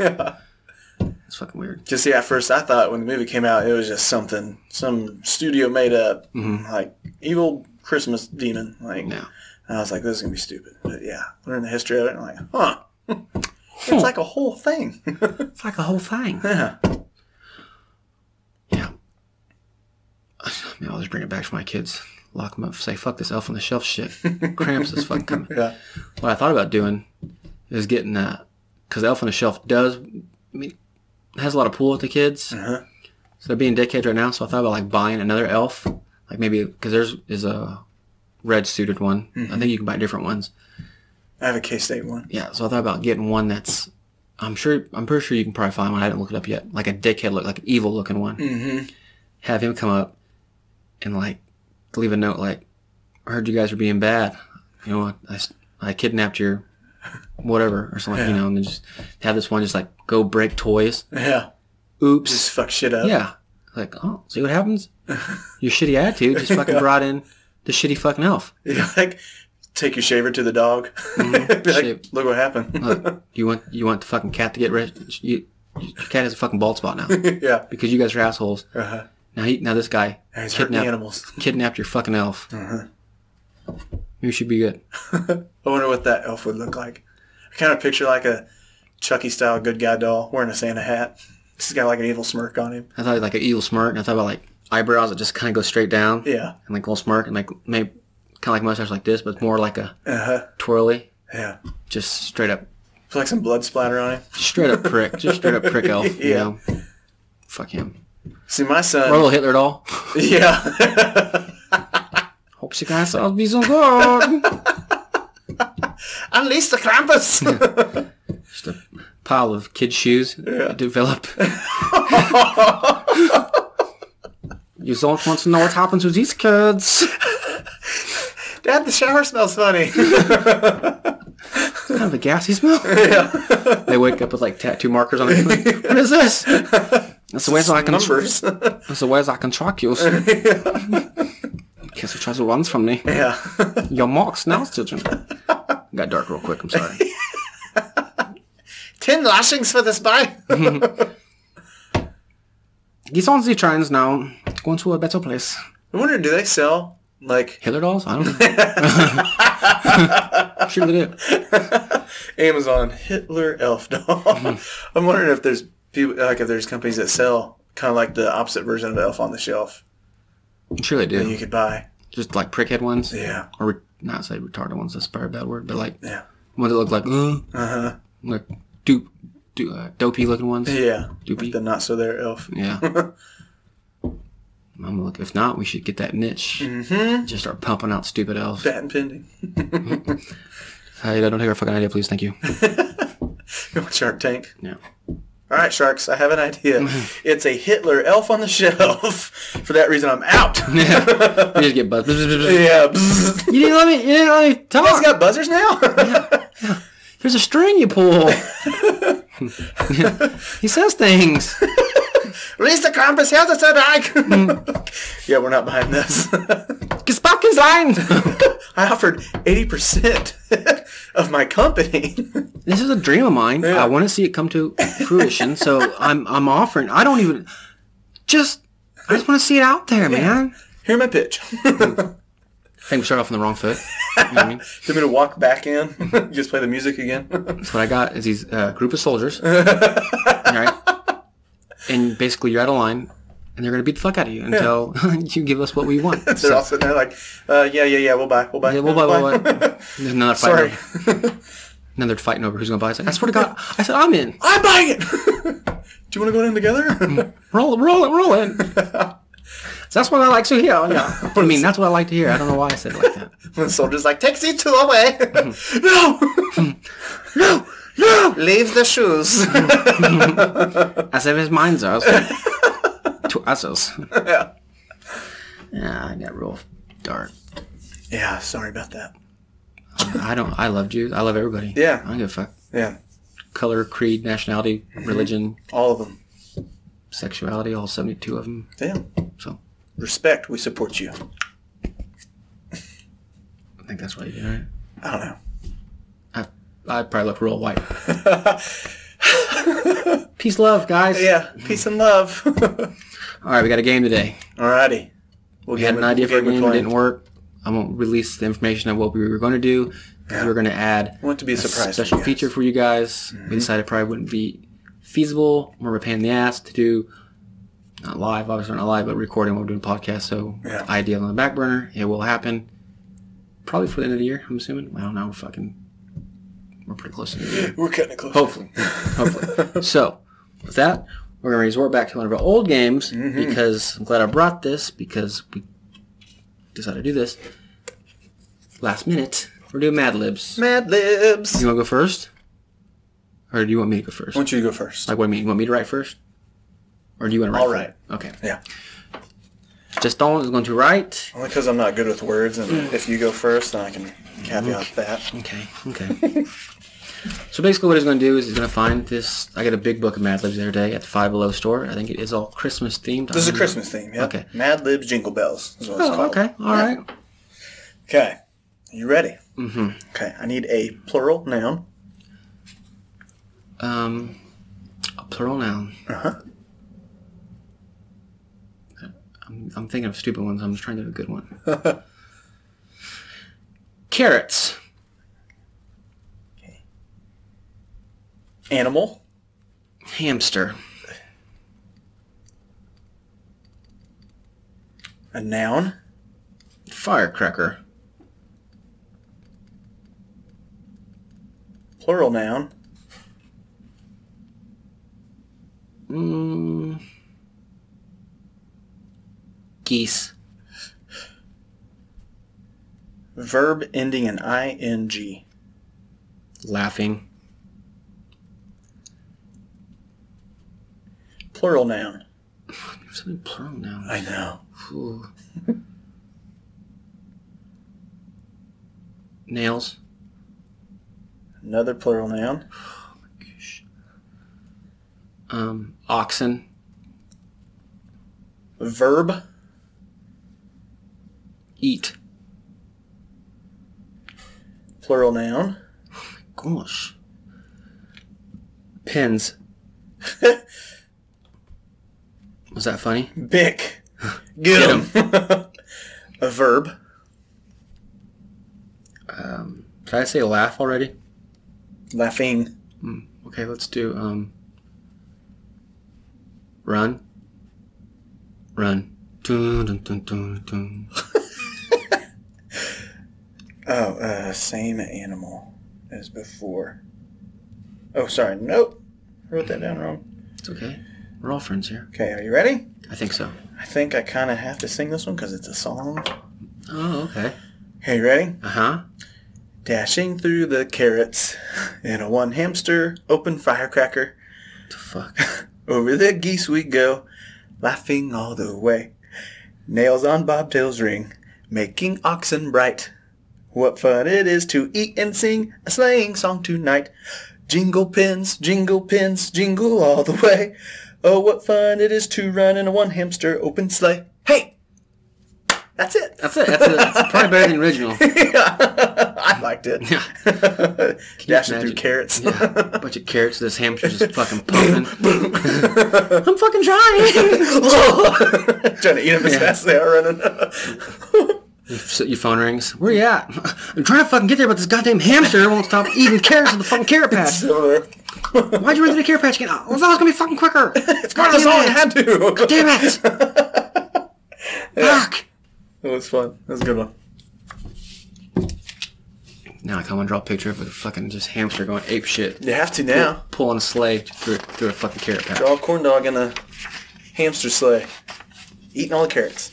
It's fucking weird. Just yeah, at first I thought when the movie came out, it was just something some studio made up, Mm-hmm. like evil Christmas demon. Like, No. and I was like, this is gonna be stupid. But yeah, learn the history of it, and I'm like, huh, it's like a whole thing. It's like a whole thing. yeah, Yeah. Man, I'll just bring it back for my kids. Lock them up. Say, fuck this elf on the shelf shit. Cramps is fucking coming. yeah, What I thought about doing is getting that. Because elf on the shelf does, I mean, has a lot of pull with the kids. Uh-huh. So they're being dickheads right now. So I thought about like buying another elf. Like maybe, because there's is a red suited one. I think you can buy different ones. I have a K State one. Yeah, so I thought about getting one that's. I'm sure. I'm pretty sure you can probably find one. I didn't look it up yet. Like a dickhead look, like an evil looking one. Mm-hmm. Have him come up, and like leave a note like, "I heard you guys are being bad. You know, I, s- I kidnapped your whatever or something. You know, and then just have this one just like go break toys. Yeah, Oops. just fuck shit up. Yeah. Like, oh, see what happens? Your shitty attitude just fucking brought in the shitty fucking elf. You're like take your shaver to the dog. Mm-hmm. Be like, Shave. look what happened. Look, you want you want the fucking cat to get rich? You, your cat has a fucking bald spot now. yeah, because you guys are assholes. uh-huh. Now, he, now this guy And he's hurting the Kidnap. animals. Uh-huh. kidnapped your fucking elf. You should be good. I wonder what that elf would look like. I kind of picture like a Chucky style good guy doll wearing a Santa hat. He's got like an evil smirk on him. I thought like an evil smirk, and I thought about like eyebrows that just kind of go straight down, Yeah, and like a little smirk, and like maybe kind of like mustache like this, but more like a uh-huh. twirly, yeah. just straight up, Put like some blood splatter on him. straight up prick, just straight up prick elf. You Yeah. know, fuck him. See, my son. Or a little Hitler doll. Yeah, Hope you guys all be so good. unleash the Krampus. Just a pile of kid shoes that develop. you don't want to know what happens with these kids. Dad, the shower smells funny. kind of a gassy smell. they wake up with like tattoo markers on it. Like, what is this? That's the way I can. Numbers. That's the way I can track you. Guess who tries to run from me? yeah, Your marks now, children. Got dark real quick. I'm sorry. ten lashings for this boy. These on the trains now. Going to a better place. I wonder, do they sell like Hitler dolls? I don't know. sure they do. Amazon Hitler elf doll? I'm wondering if there's people like if there's companies that sell kind of like the opposite version of elf on the shelf Sure they you do. could buy. Just like prickhead ones. Yeah, Or re- not say retarded ones. That's probably a bad word. But like yeah, ones that look like uh, like dupe, du- uh, dopey looking ones. yeah. Doopy. The not so there elf. Yeah. I'm gonna look. If not, we should get that niche. Mm-hmm. Just start pumping out stupid elves. Patent pending. Hey, don't take our fucking idea, please. Thank you. Go on Shark Tank. Yeah. All right, sharks. I have an idea. it's a Hitler elf on the shelf. For that reason, I'm out. We just get buzzed. You yeah. bzzz. didn't let me. You didn't let me It's talk. got buzzers now. There's a string you pull. he says things. Release the Krampus. Here's the Reich. yeah, we're not buying this. Get back in line. I offered 80% of my company. this is a dream of mine. I want to see it come to fruition. So I'm I'm offering. I don't even. Just I just want to see it out there, man. Hear my pitch. I think we start off on the wrong foot. You know what I mean? Do me to walk back in? Just play the music again? So what I got is these uh, group of soldiers, all right? And basically, you're out of line, and they're gonna beat the fuck out of you until you give us what we want. They're all So, sitting there like, uh, yeah, yeah, yeah, we'll buy, we'll buy. yeah, we'll buy, we'll buy. There's another fight. Sorry. Another fighting over who's gonna buy. It's like, I swear to God, I said I'm Mm. in. I'm buying it. Do you want to go in together? Roll it, roll it, roll it. So that's what I like to hear. Yeah, I mean that's what I like to hear. I don't know why I said it like that. And the soldier's like, take these two away. Mm. no! no! No! Leave the shoes. As if it minds us to us. Yeah. Yeah, I got real dark. yeah, sorry about that. I don't. I love Jews. I love everybody. Yeah. I don't give a fuck. Yeah. Color, creed, nationality, religion, All of them. sexuality, all 72 of them. Damn. So Respect. We support you. I think that's what you do, right? I don't know. I probably look real white. Peace, love, guys. Yeah. Peace and love. All right, we got a game today. Alrighty. We'll We had an idea for a game, it didn't work. I won't release the information of what we were going to do. 'cause We were going to add Want to be a a surprise? for special you guys. feature for you guys. Mm-hmm. We decided it probably wouldn't be feasible. More of a pain in the ass to do. Not live, obviously not live, but recording while we're doing podcasts. So Yeah. idea on the back burner. It will happen. Probably for the end of the year, I'm assuming. I don't know. Fucking, we're pretty close to the year. We're cutting it close. Hopefully. Hopefully. so, with that, we're going to resort back to one of our old games Mm-hmm. because I'm glad I brought this because we decided to do this. Last minute, we're doing Mad Libs. Mad Libs. You want to go first? Or do you want me to go first? I want you to go first. Like, what do you mean? You want me to write first? Or do you want to write I'll first? Okay. Yeah. Just Dolan is going to write. Only because I'm not good with words, and if you go first, then I can caveat that. Okay, okay. so basically, what he's going to do is he's going to find this. I got a big book of Mad Libs the other day at the Five Below store. I think it is all Christmas themed. This is a Christmas theme, yeah? Okay. Mad Libs Jingle Bells is what it's Oh, called. okay. all right. Okay. You ready? Mm-hmm. Okay. I need a plural noun. Um, a plural noun. Uh-huh. I'm, I'm thinking of stupid ones. I'm just trying to do a good one. Carrots. Animal. Hamster. A noun. Firecracker. Plural noun. Mm. Geese. Verb ending in ing. Laughing. Plural noun. Something plural noun. I know. Ooh. Nails. Another plural noun. Um, oxen. Verb. Eat. Plural noun. Gosh. Pins. Was that funny? Bick. Get, him. a verb. Um, did I say laugh already? Laughing. Hmm. Okay, let's do um. Run. Run. Dun, dun, dun, dun, dun. Oh, uh, same animal as before. Oh, sorry. Nope. Wrote that down wrong. It's okay. We're all friends here. Okay, are you ready? I think so. I think I kind of have to sing this one because it's a song. Oh, okay. Hey, you ready? Uh huh. Dashing through the carrots in a one hamster open firecracker. The fuck. Over the geese we go, laughing all the way. Nails on bobtails ring, making oxen bright. What fun it is to eat and sing a sleighing song tonight. Jingle pins, jingle pins, jingle all the way. Oh, what fun it is to run in a one hamster open sleigh. Hey! That's it. That's it. That's, a, that's probably better than original. I liked it. Yeah. Dashing through imagine? carrots. Yeah. Bunch of carrots. This hamster just fucking pumping. I'm fucking trying. Trying to eat them as fast as they are running. So your phone rings. Where you at? I'm trying to fucking get there, but this goddamn hamster won't stop eating carrots in the fucking carrot patch. Why'd you run through the carrot patch again? Oh, I thought it was gonna be fucking quicker. It's Part of the song had to. Damn it! Fuck! It was fun. That was a good one. Now I come and draw a picture of a fucking just hamster going ape shit, You have to now. pulling a sleigh through through a fucking carrot patch. Draw a corn dog in a hamster sleigh, eating all the carrots.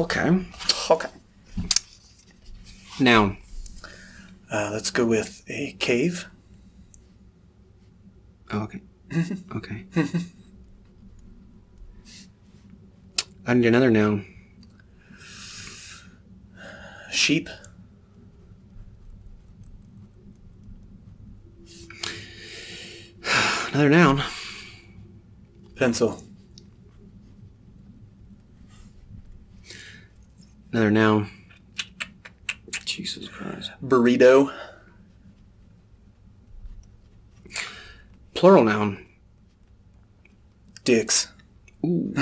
Okay. Okay. Noun. Uh, let's go with a cave. Oh, okay. okay. I need another noun. Sheep. Another noun. Pencil. Another noun. Jesus Christ. Burrito. Plural noun. Dicks. Ooh.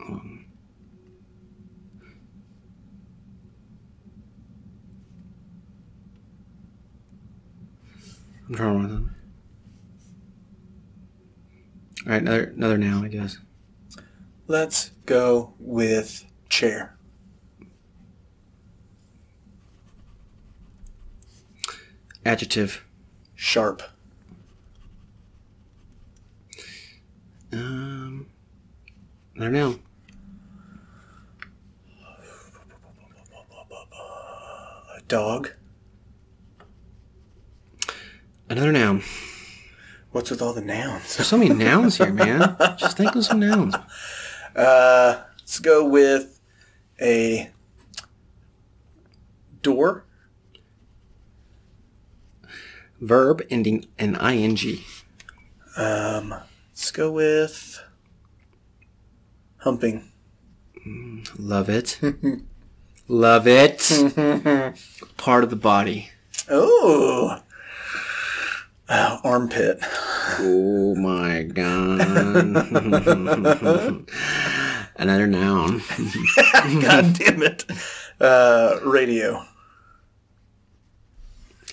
Um, I'm trying to run them. All right, another another noun, I guess. Let's go with chair. Adjective. Sharp. Um, another noun. A dog. Another noun. What's with all the nouns? There's so many nouns here, man. Just think of some nouns. Uh, let's go with a door. Verb ending in ing. Um, let's go with humping. Love it. Love it. Mm-hmm. Part of the body. Oh, Uh, armpit. Oh my god. Another noun. God damn it. Uh, radio.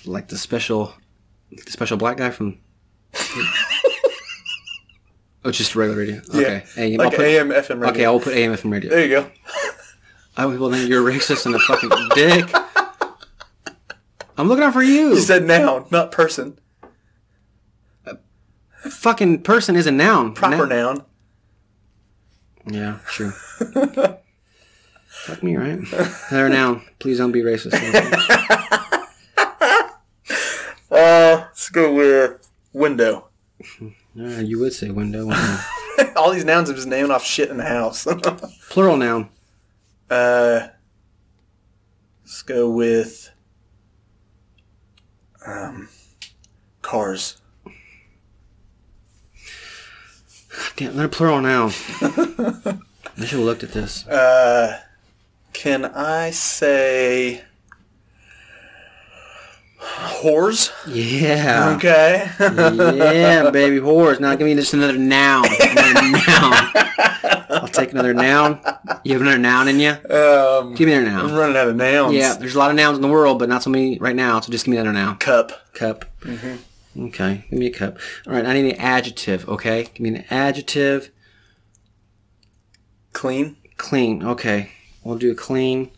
Like the special the special black guy from Oh just regular radio. Okay. AM, I'll Like put, AM, FM radio. okay, I'll put AMF and radio. there you go. I will then you're racist and a fucking dick. I'm looking out for you. You said noun, not person. fucking person is a noun. Proper Noun- noun. Yeah, sure. Fuck me, right? There now. Please don't be racist. Uh, let's go with window. Uh, you would say window. window. All these nouns are just naming off shit in the house. Plural noun. Uh, let's go with um, cars. Damn, another plural noun. I should have looked at this. Uh, can I say whores? Yeah. Okay. Yeah, baby whores. Now give me just another noun. Another noun. I'll take another noun. You have another noun in you? um, Give me another I'm noun. running out of nouns. Yeah, there's a lot of nouns in the world, but not so many right now. So just give me another noun. Cup. cup. Okay, give me a cup. All right, I need an adjective. Okay, give me an adjective. Clean. Clean. Okay, we'll do clean.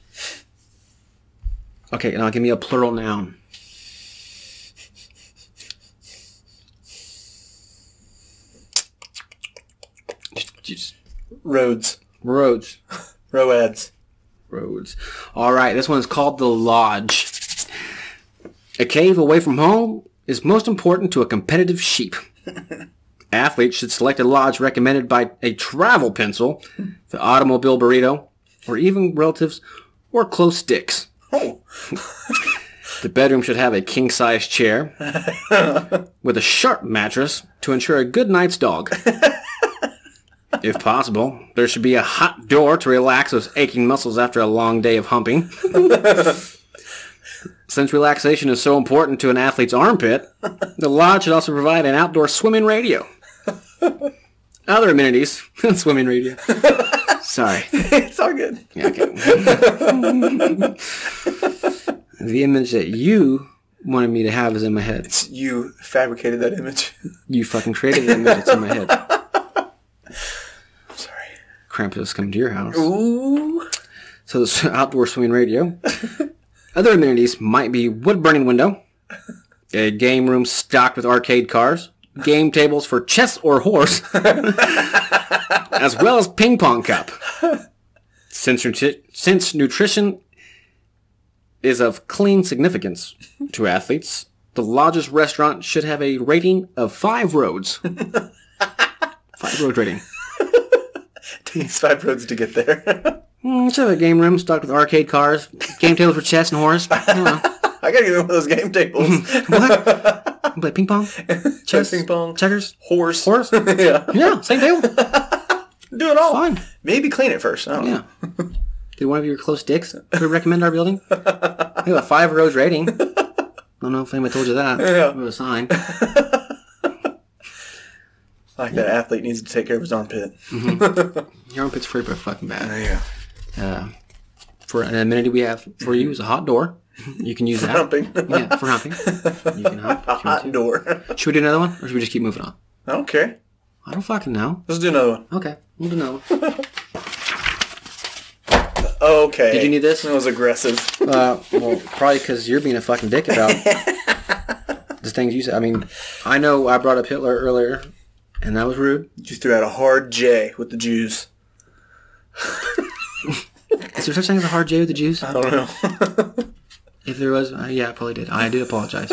Okay, now give me a plural noun. Just- just- Roads. roads. Roads. Roads. All right, this one's called the lodge. A cave away from home is most important to a competitive sheep. Athletes should select a lodge recommended by a travel pencil, the automobile burrito, or even relatives or close sticks. Oh, The bedroom should have a king-size chair with a sharp mattress to ensure a good night's dog. If possible, there should be a hot door to relax those aching muscles after a long day of humping. Since relaxation is so important to an athlete's armpit, the lodge should also provide an outdoor swimming radio. Other amenities, swimming radio. Sorry. it's all good. Yeah, okay. the image that you wanted me to have is in my head. You fabricated that image. You fucking created an image that's in my head. I'm sorry. Krampus come to your house. Ooh. So this outdoor swimming radio. Other amenities might be wood burning window, a game room stocked with arcade cars, game tables for chess or horse, as well as ping pong cup. Since, nutri- since nutrition is of clean significance to athletes, the lodge's restaurant should have a rating of five roads. five road rating. Takes five roads to get there. Hmm, Mm, should have a game room stocked with arcade cars, game tables for chess and horse. I don't know. I gotta get one of those game tables. I play ping pong, chess, ping pong, checkers, horse, horse. yeah, Yeah, same table. do it all. Fine. Maybe clean it first. I don't know. Yeah. Did one of your close dicks recommend our building? We have a five rose rating. I don't know if anyone told you that. Yeah. It was a sign. Like that athlete needs to take care of his armpit. Your armpit's free, but fucking bad. Yeah, Uh, for an amenity we have for you is a hot door. You can use that. humping Yeah, for humping. You can hump. a if you want hot door. to. Should we do another one, or should we just keep moving on? okay, I don't fucking know. let's do another one. Okay, we'll do another one. Okay. Did you need this? That was aggressive. Uh, well, probably because you're being a fucking dick about the things you said. I mean, I know I brought up Hitler earlier, and that was rude. You threw out a hard J with the Jews. Is there such thing as a hard J with the Jews? I don't know. If there was, uh, yeah, I probably did. I do apologize.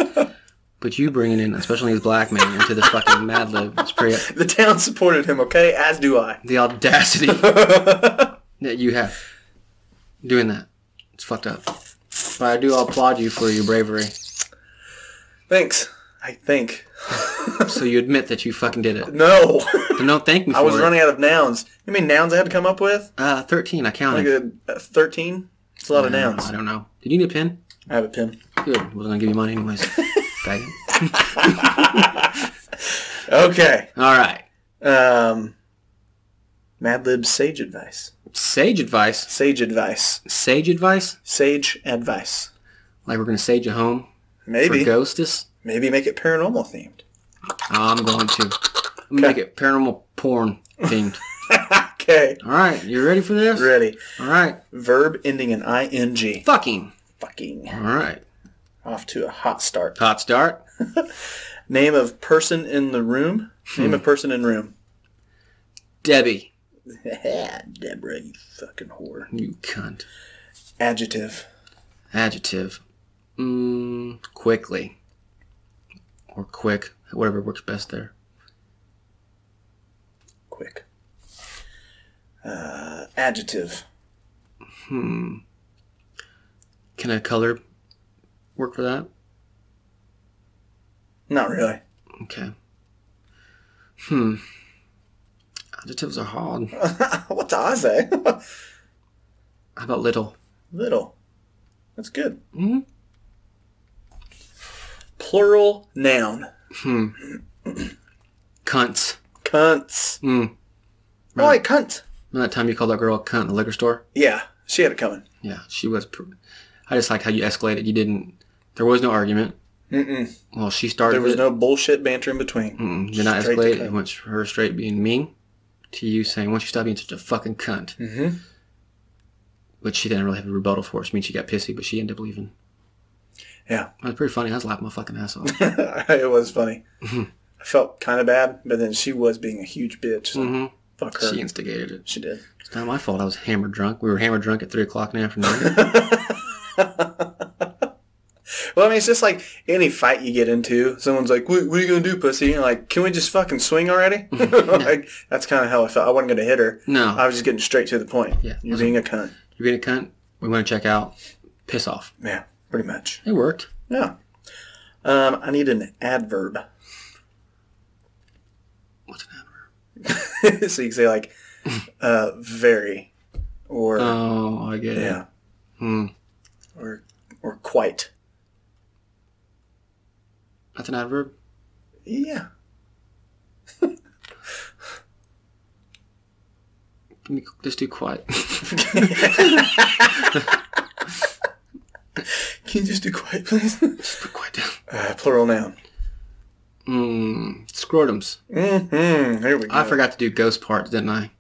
But you bringing in, especially as black man, into this fucking Mad Lib, it's pretty the town supported him. Okay, as do I. the audacity that you have doing that. It's fucked up. But I do applaud you for your bravery. Thanks. I think. So you admit that you fucking did it. No. Then don't thank me for I was it. running out of nouns. You mean nouns I had to come up with? Uh, thirteen. I Like counted. a thirteen. It's a lot of nouns. I don't know. Did you need a pen? I have a pin. Good. Wasn't gonna give you mine anyways. Faggot. Okay. All right. Um, Mad Lib's sage advice. Sage advice. Sage advice. Sage advice. Sage advice. Like we're gonna sage a home Maybe. for ghostess. Maybe make it paranormal themed. I'm going to make it paranormal porn themed. Okay. All right, you ready for this? Ready. All right, Verb ending in ing. fucking. Fucking. All right, Off to a hot start. hot start. Name of person in the room. Name Hmm. of person in room. Debbie, Deborah, you fucking whore. you cunt. Adjective. Adjective. Mm, quickly. Or quick, whatever works best there. Quick. Uh, adjective. Hmm. Can a color work for that? Not really. Okay. Hmm. Adjectives are hard. what do I say? How about little? Little. That's good. Plural noun. Hmm. Cunts. Cunts. Mm. I like cunt. Remember that time you called that girl a cunt in the liquor store? Yeah, she had it coming. Yeah, she was. Pr- I just liked how you escalated. You didn't. There was no argument. Mm-mm. Well, she started. There was it. no bullshit banter in between. Mm, Did not Straight to escalate. cunt. It went from her straight being mean to you saying, "Why don't you stop being such a fucking cunt?" Mm-hmm. Which she didn't really have a rebuttal for. Which means she got pissy, but she ended up leaving. Yeah, It was pretty funny. I was laughing my fucking ass off. it was funny. Mm-hmm. I felt kind of bad, but then she was being a huge bitch. So Fuck her. Mm-hmm. she She, instigated it. did. It's not my fault. I was hammered drunk. We were hammered drunk at three o'clock in the afternoon. Well, I mean, it's just like any fight you get into. Someone's like, "What, what are you gonna do, pussy?" And you're like, "Can we just fucking swing already?" like that's kind of how I felt. I wasn't gonna hit her. No. I was just getting straight to the point. Yeah. you're being a cunt. You're being a cunt. We want to check out. Piss off. Yeah, pretty much. It worked. Yeah. Um, I need an adverb. What's an adverb? so you can say like, uh, very, or Oh, I get it. yeah, Hmm. or or quite. That's an adverb. Yeah. Let me just do quiet. Can you just do quiet, please? Just put quiet down. uh, plural noun. Mm, scrotums. Mm-hmm. Here we go. I forgot to do ghost part, didn't I?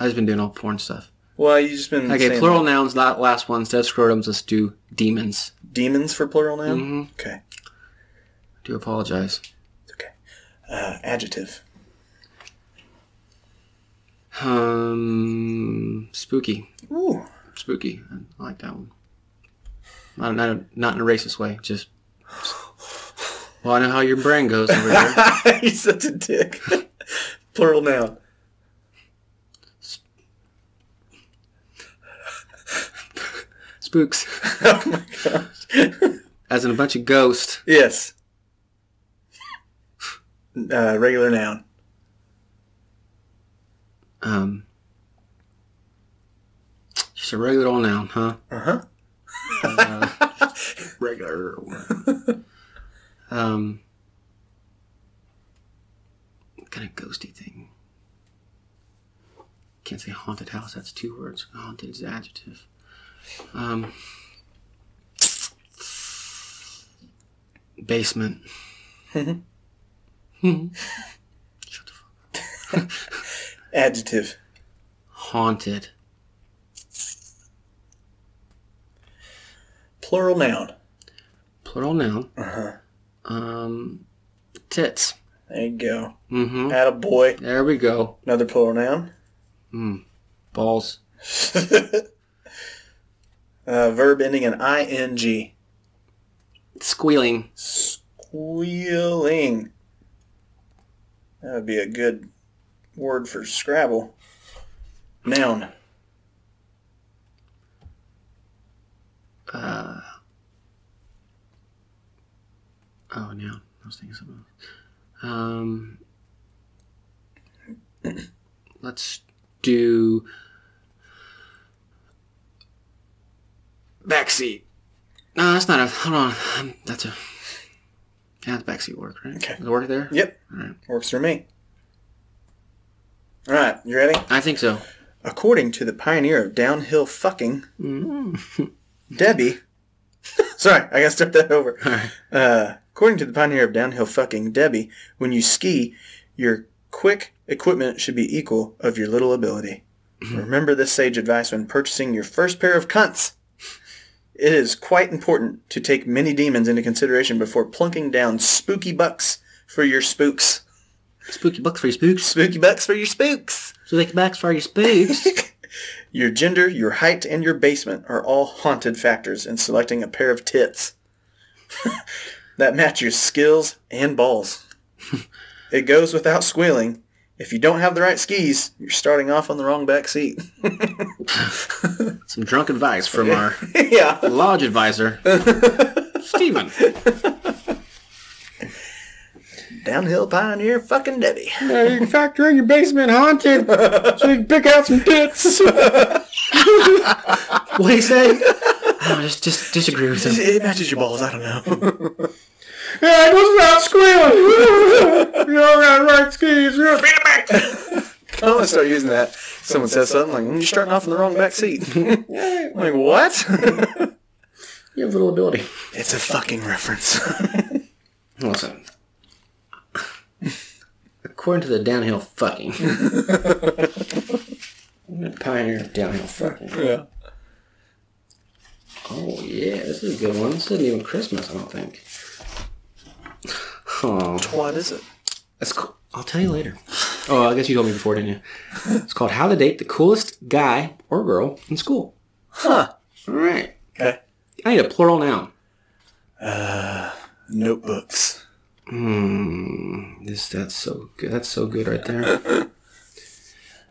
I've just been doing all porn stuff. Well, you just been Okay, saying plural nouns, that last one. Instead of scrotums, let's do demons. demons for plural noun. Mhm. Okay. I do apologize. It's okay. Uh, adjective. Um, spooky. Ooh. Spooky. I like that one. Not, not, not in a racist way, just... Well, I know how your brain goes over there. You're such a dick. plural noun. Spooks. Oh my gosh. as in a bunch of ghosts. Yes. Uh, regular noun. Um, just a regular old noun, huh? Uh-huh. Uh, Regular. um, what kind of ghosty thing? Can't say haunted house. That's two words. Haunted is adjective. Um, basement. Shut the fuck. Adjective. Haunted. Plural noun. Plural noun. Uh-huh. Um, tits. There you go. Mm-hmm. Add a boy. There we go. Another plural noun. Mm. Balls. uh, verb ending in ing. Squealing. Squealing. That would be a good word for Scrabble. Noun. Uh, oh, no. I was thinking something else. Um, let's do backseat. No, that's not a. Hold on. Um, That's a. Yeah, the backseat work, right? Okay. Does it work there? Yep. All right. Works for me. All right, you ready? I think so. According to the pioneer of downhill fucking, Mm. Debbie. Sorry, I gotta start that over. All right. Uh, according to the pioneer of downhill fucking, Debbie, when you ski, your quick equipment should be equal of your little ability. Remember this sage advice when purchasing your first pair of cunts. It is quite important to take many demons into consideration before plunking down spooky bucks for your spooks. Spooky bucks for your spooks. Spooky bucks for your spooks. So they bucks for your spooks. Your gender, your height, and your basement are all haunted factors in selecting a pair of tits that match your skills and balls. it goes without squealing. If you don't have the right skis, you're starting off on the wrong back seat. Some drunk advice from our yeah. lodge advisor, Stephen. Downhill pioneer fucking Debbie. you can factor in your basement haunted so you can pick out some bits. what do you say? I do just, just disagree with him. It matches your balls, I don't know. Yeah, it was about squealing. you don't got right skis. You don't I'm gonna start using that. Someone says something like, "Mm, you're starting off on the wrong back seat. I'm like, what? You have little ability. it's a fucking reference. Listen. According to the downhill fucking. Pioneer of downhill fucking. yeah. Oh yeah, this is a good one. This isn't even Christmas, I don't think. Oh, What is it? that's cool. I'll tell you later. Oh, I guess you told me before, didn't you? It's called How to Date the Coolest Guy or Girl in School. Huh. All right. Okay. I need a plural noun. Notebooks. Hmm. This that's so good. That's so good right there.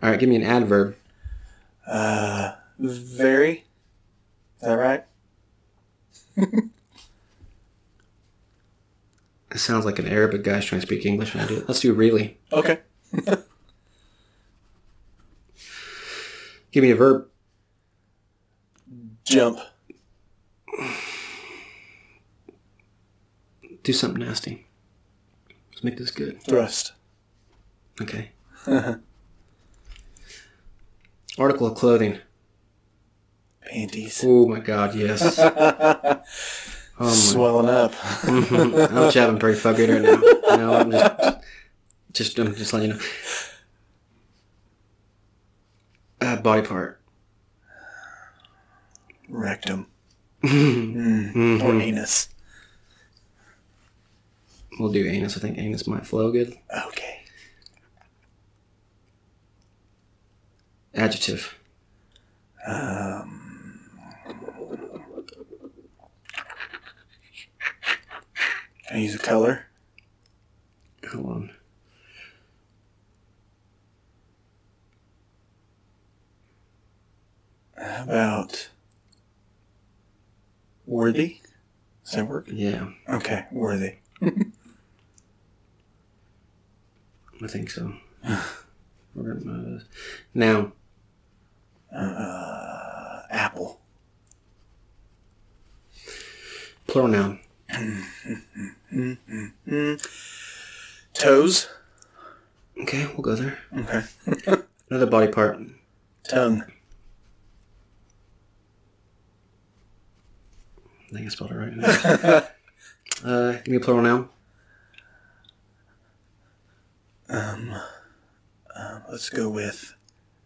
All right, give me an adverb. Uh, Very. Is that right? It sounds like an Arabic guy's trying to speak English when I do it. Let's do really. Okay. Give me a verb. Jump. Do something nasty. Let's make this good. Thrust. Okay. Article of clothing. Panties. Oh my God, yes. oh Swelling up. my. Mm-hmm. I'm jabbing pretty fucking right now. No, I'm just, just, I'm just letting you know. Uh, body part. Rectum. Mm-hmm. mm. Or anus. We'll do anus. I think anus might flow good. Okay. Adjective. Um. Can I use a color? Hold on. How about worthy? Is Does that work? Yeah, Okay, worthy. I think so. We're gonna- now, Uh, apple. plural noun. Toes. Okay, we'll go there. Okay. Another body part. Tongue. I think I spelled it right. uh, give me a plural noun. Um, uh, Let's go with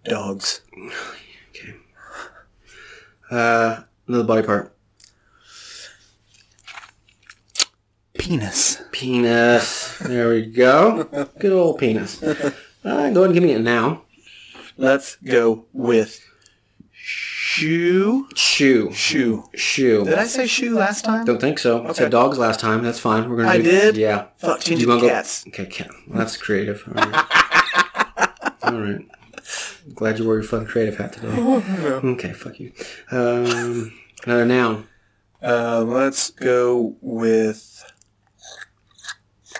dogs. Okay. Uh, another body part. Penis. Penis. There we go. Good old penis. Uh, go ahead and give me a noun. Let's go with shoe. Shoe. Shoe. Shoe. Did I say shoe last time? Don't think so. I Okay. said dogs last time. That's fine. We're gonna. I do, did? Yeah. Fuck, change You it to wanna go- cats. Okay, cat. Well, that's creative. All right. All right. Glad you wore your fucking creative hat today. Okay, fuck you. Um, another noun. Uh, let's go with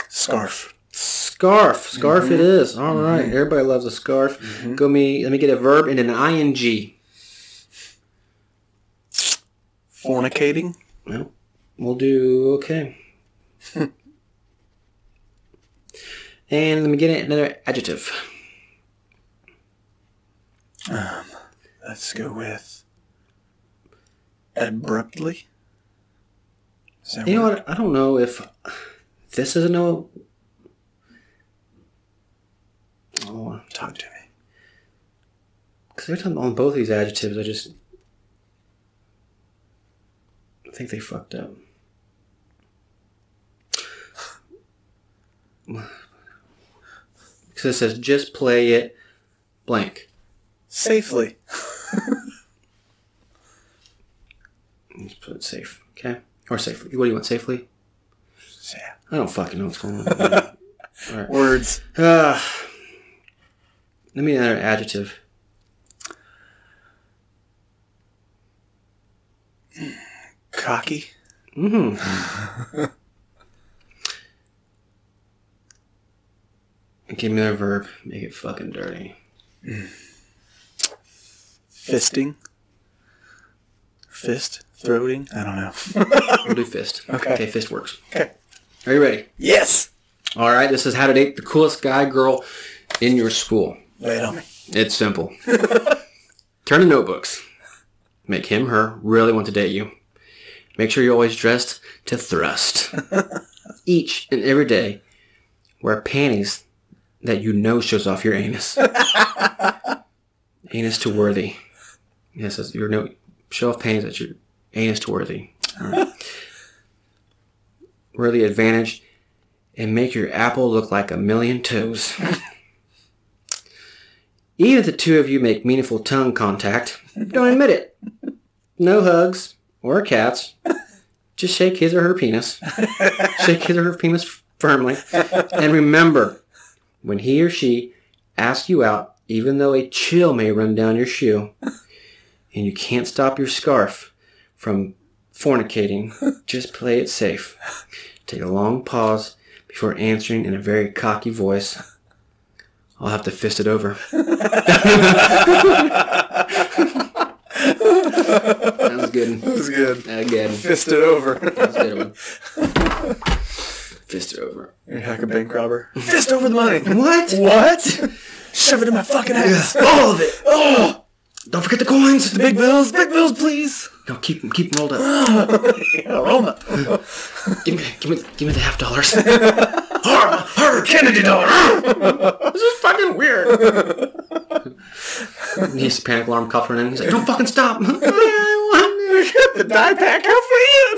scarf. Scarf. Scarf it Mm-hmm. is. All right. Everybody loves a scarf. Go me. Let me get a verb and an ing. Fornicating. Well, we'll do okay. and let me get another adjective. Let's go with abruptly. Is that You know what- what? I don't know if this is a no. Oh, Talk to me. because every time on both these adjectives, I just I think they fucked up. Because it says just play it blank. Safely. Let's put it safe, okay? Or safely. What do you want? Safely? Yeah. I don't fucking know what's going on. Words. uh, let me another adjective. Cocky. hmm Give me their verb. Make it fucking dirty. Fisting. Fist. Throating. I don't know. We'll do fist. Okay. Okay, fist works. Okay. Are you ready? Yes. All right. This is how to date the coolest guy girl in your school. Lay it on me. It's simple. Turn to notebooks. Make him, her really want to date you. Make sure you're always dressed to thrust. Each and every day, wear panties that you know shows off your anus. anus to worthy. Yes, that's your note. Show off panties that your anus to worthy. All right. worthy advantage, and make your apple look like a million toes. Even if the two of you make meaningful tongue contact, don't admit it. No hugs or cats. Just shake his or her penis. Shake his or her penis firmly. And remember, when he or she asks you out, even though a chill may run down your shoe, and you can't stop your scarf from fornicating, just play it safe. Take a long pause before answering in a very cocky voice. I'll have to fist it over. That was good. That was good. Again, that Fist it over. was a good one. Fist it over. You're like a bank robber. Fist over the money. What? What? Shove it in my fucking ass. All of it. Oh, Don't forget the coins. big bills, big bills, please. No, keep them, keep them rolled up. Aroma. Give me, give me, give me the half dollars. Harvard Kennedy dollar. This is fucking weird. He's panic alarm cops running. He's like, don't fucking stop. the die pack halfway in.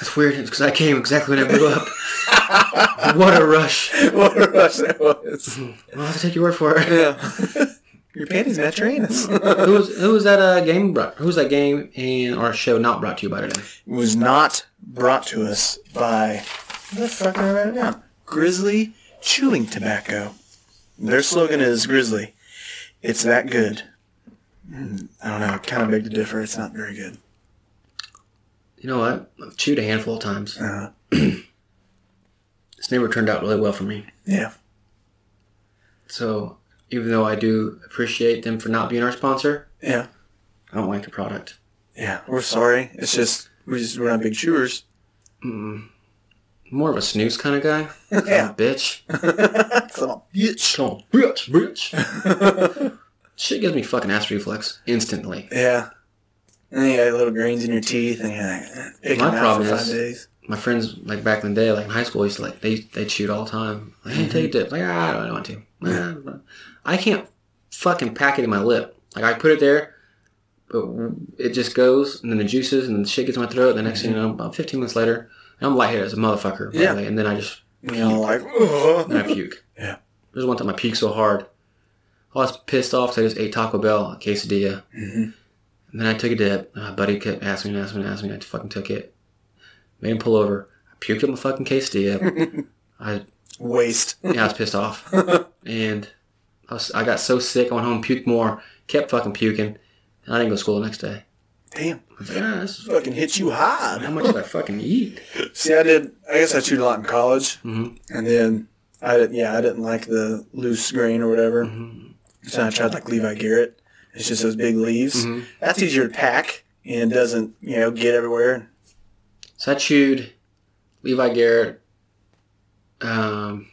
it's weird. It's because I came exactly when I blew up. what a rush. what a rush that was. I'll have to take your word for it. Yeah. Your panties match your anus. who, was, who was that uh, game brought? Who was that game and or show not brought to you by today? was not brought to us by the fuck I write it down. Grizzly Chewing Tobacco. Their slogan is Grizzly. Hmm, It's that good. Mm, I don't know. Kind of beg to differ. It's not very good. You know what? I've chewed a handful of times. Uh, It's never turned out really well for me. yeah. So even though I do appreciate them for not being our sponsor, Yeah. I don't like the product. Yeah. We're sorry. It's just we just we're not big chewers. Mm. More of a snooze kind of guy. Yeah. Son of a bitch. Son of a bitch. Son of a bitch. Bitch. Shit gives me fucking ass reflux instantly. Yeah. And then you got little grains in your teeth, and you're like, "Eh, pick My them out for problem five is- days. My friends, like back in the day, like in high school, used to like they they chewed all the time. Like, hey, take a dip. Like ah, I don't want to. Ah, I can't fucking pack it in my lip. Like I put it there, but it just goes, and then the juices and the shit gets in my throat. The next thing you know, about 15 minutes later, I'm lightheaded as a motherfucker. by the Yeah. way, and then I just And you're all like, Ugh. and I puke. Yeah. There's one time I puked so hard. I was pissed off 'cause I just ate Taco Bell, a quesadilla. Mhm. And then I took a dip. And my buddy kept asking me, asking me, asking me. I fucking took it. Made him pull over. I puked up my fucking quesadilla. I, waste. yeah, I was pissed off. And I, was, I got so sick, I went home, puked more, kept fucking puking. And I didn't go to school the next day. Damn, I was like, ah, this is, fucking hit you how hard. much did I fucking eat? See, I did. I guess I chewed a lot in college, hmm and then I didn't. Yeah, I didn't like the loose grain or whatever. Mhm. So I tried like Levi Garrett. It's just those big leaves. Mhm. That's easier to pack, and it doesn't you know get everywhere. So I chewed Levi Garrett um,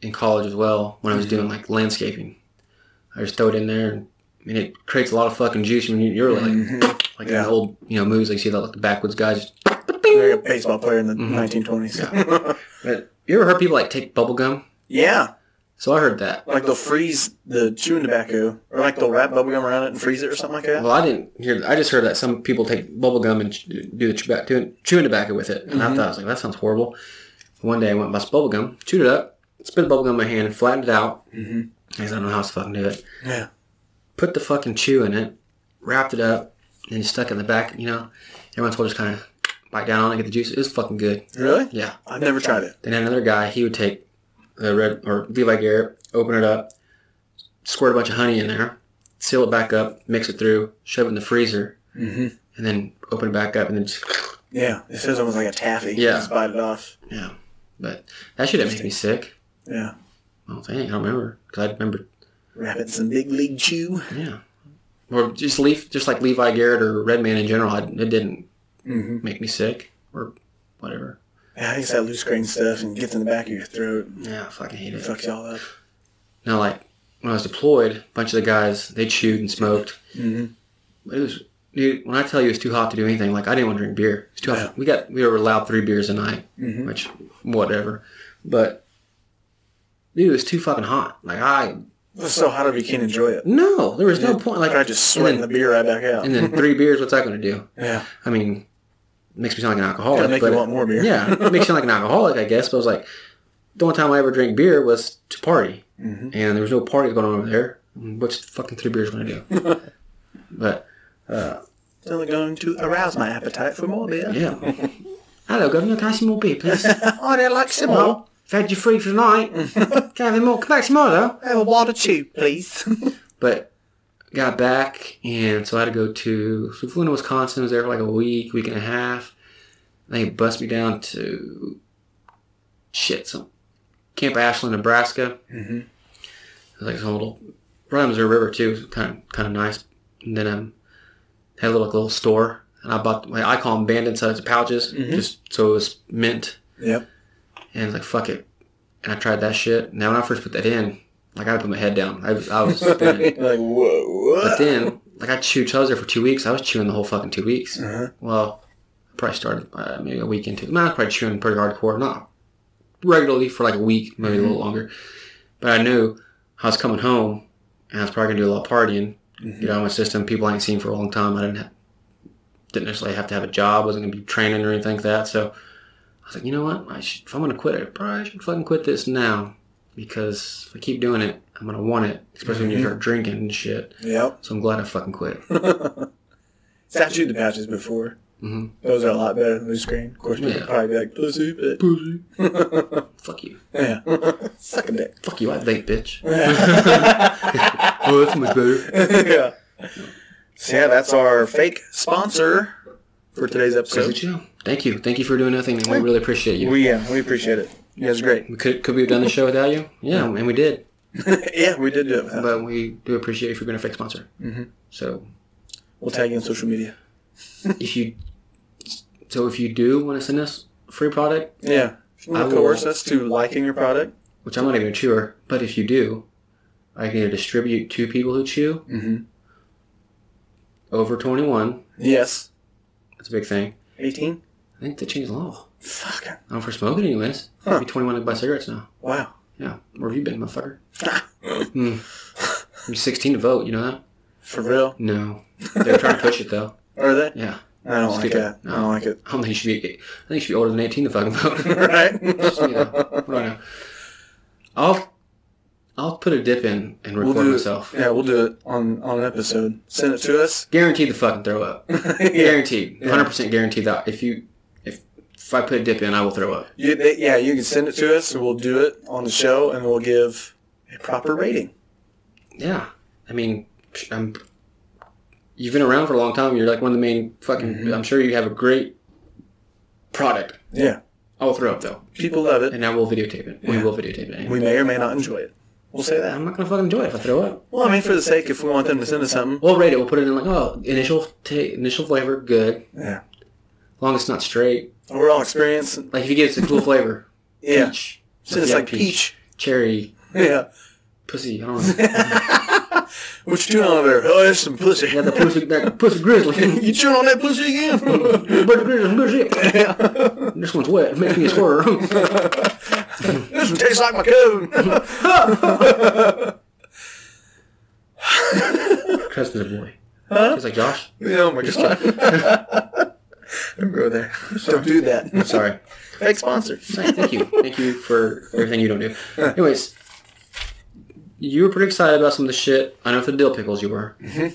in college as well when I was doing like landscaping. I just throw it in there, and I mean, it creates a lot of fucking juice. I mean, you're like Mhm. like Yeah. in old you know movies, like you see that like the backwoods guys. Just, Like a baseball player in the Mhm. 1920s. Yeah. but you ever heard people like take bubble gum? So I heard that. like they'll freeze the chewing tobacco, or like they'll wrap bubblegum around it and freeze it or something like that. Well, I didn't hear. I just heard that some people take bubble gum and ch- do the tobacco, doing, chewing tobacco with it, and I thought I was like, that sounds horrible. One day I went and bought some bubble gum, chewed it up, spit bubble gum in my hand, and flattened it out. Mhm. I said, I don't know how else to fucking do it. Yeah, put the fucking chew in it, wrapped it up, and you stuck it in the back. You know, everyone's will just kind of bite down on it, get the juice. It was fucking good. really? Yeah. I've never tried it. Then another guy, he would take the red or Levi Garrett, open it up, squirt a bunch of honey in there, seal it back up, mix it through, shove it in the freezer, hmm and then open it back up, and then just, Yeah, it says almost like a taffy. Yeah. just bite it off. yeah. But that shit didn't make me sick. Yeah, I don't think I don't remember because I remember wrap it in some big league chew. yeah. Or just leaf, just like Levi Garrett or Redman in general, I, it didn't Mm-hmm. make me sick or whatever. Yeah, I think it's that loose grain stuff and gets in the back of your throat and Yeah, I fucking hate it. fucks you all up. Now, like when I was deployed, a bunch of the guys they chewed and smoked. Mm-hmm. It was dude. When I tell you it's too hot to do anything, like I didn't want to drink beer. It's too hot. Yeah. We got we were allowed three beers a night, Mm-hmm. which whatever. But dude, it was too fucking hot. Like I It was so hot up you can't enjoy it. no, there was no point. Like Like I just sweating the beer right back out. and then three beers. What's that going to do? yeah, I mean, makes me sound like an gotta alcoholic. make but you want more beer. yeah, it makes you sound like an alcoholic, I guess. But I was like, the only time I ever drank beer was to party, Mhm. and there was no party going on over there. What's fucking three beers going to do? but It's only going to arouse my appetite for more beer. yeah, hello, governor. Can I have some more beer, please? Oh, they like some more. Mm. well, fed you free for tonight. Can I have more? Come back tomorrow. Have a water chew, please. But got back, and so I had to go to. So flew into Wisconsin. Was there for like a week, week and a half. They bust me down to shit. Some Camp Ashland, Nebraska. mm-hmm. It was like some little right on the Missouri River too. Kind of kind of nice. And then um, had a little little store, and I bought. I call them bandit size pouches, Mhm. just so it was mint. Yep. And I was like, fuck it. And I tried that shit. Now when I first put that in, like I put my head down. I, was- I was spinning. like whoa, but whoa. then, like I chewed chilies there for two weeks. I was chewing the whole fucking two weeks. Uh-huh. Well, I probably started uh, maybe a week into it. Man, I was probably chewing pretty hardcore. Not regularly for like a week, maybe a little longer. But I knew I was coming home and I was probably gonna do a lot of partying. mm-hmm. Get out of my system. People I ain't seen for a long time. I didn't have, didn't necessarily have to have a job. wasn't gonna be training or anything like that. So I was like, you know what? I should, if I'm gonna quit, I probably should fucking quit this now because if I keep doing it, I'm gonna want it. Especially when you start drinking and shit. Yep. So I'm glad I fucking quit. See, I chewed the pouches before. hmm Those are a lot better than loose grain. Of course, people Yeah. probably be like pussy, but Pussy. Fuck you. yeah, suck a dick. Fuck you. I vape, bitch. yeah. Oh, that's much better. So yeah, that's our fake sponsor. for today's Good episode. show. Thank you. Thank you for doing nothing. And we really appreciate you. We yeah, we appreciate it. You guys are great. We could, could we have done the show without you? Yeah, and we did. yeah, we did do it. without- But we do appreciate you for being a fake sponsor. Mm-hmm. So We'll tag you on social media. if you, so if you do want to send us free product, Yeah. If you want I to will- coerce us to liking your product, which I'm not even sure, but if you do, I can either distribute to people who chew Mhm. over 21. yes. That's a big thing. 18? I think they changed the law. Fuck. I don't know for smoking anyways. Huh. Be 21 to buy cigarettes now. Wow. Yeah. Where have you been, motherfucker? Hmm. I'm 16 to vote, you know that? For real? No. They're trying to push it though. Are they? Yeah. I don't like Stupid. that. I don't like it. I don't think you should be. I think you should be older than 18 to fucking vote. Just, you know, right? what do I know? I'll I'll put a dip in and record do myself. It. Yeah, we'll do it on, on an episode. Send it to us. Guaranteed to fucking throw up. yeah. Guaranteed. 100 percent guaranteed that if you if if I put a dip in, I will throw up. You, they, yeah, you can send it to us. We'll do it on the show, and we'll give a proper rating. Yeah. I mean, I'm. You've been around for a long time. You're like one of the main fucking. Mm-hmm. I'm sure you have a great product. Yeah, I will throw up though, people love it. and I will videotape it. We will videotape it. We may or may not enjoy it. We'll say that. I'm not gonna fucking enjoy it if I throw up. Well, I mean, for the sake, if we want them to send us something, We'll rate it. We'll put it in like, oh, initial ta initial flavor, good. Yeah. As long as it's not straight. overall experience, Like if you get us a cool flavor, yeah, peach, send us Yeah, like peach. cherry, Yeah, pussy. I don't know. what you doing over there? Oh, there's some pussy. yeah, the pussy, that pussy grizzly. you chewing on that pussy again? But the grizzly, pussy. This one's wet. It makes me squirt. this one tastes like my cone. Cousin's a boy. He's like Josh. oh my god. Don't go there. Don't do that. Sorry. Fake sponsor. Hey, Thank you. Thank you for everything you don't do. Anyways, you were pretty excited about some of the shit. I know for the dill pickles you were. Mm-hmm.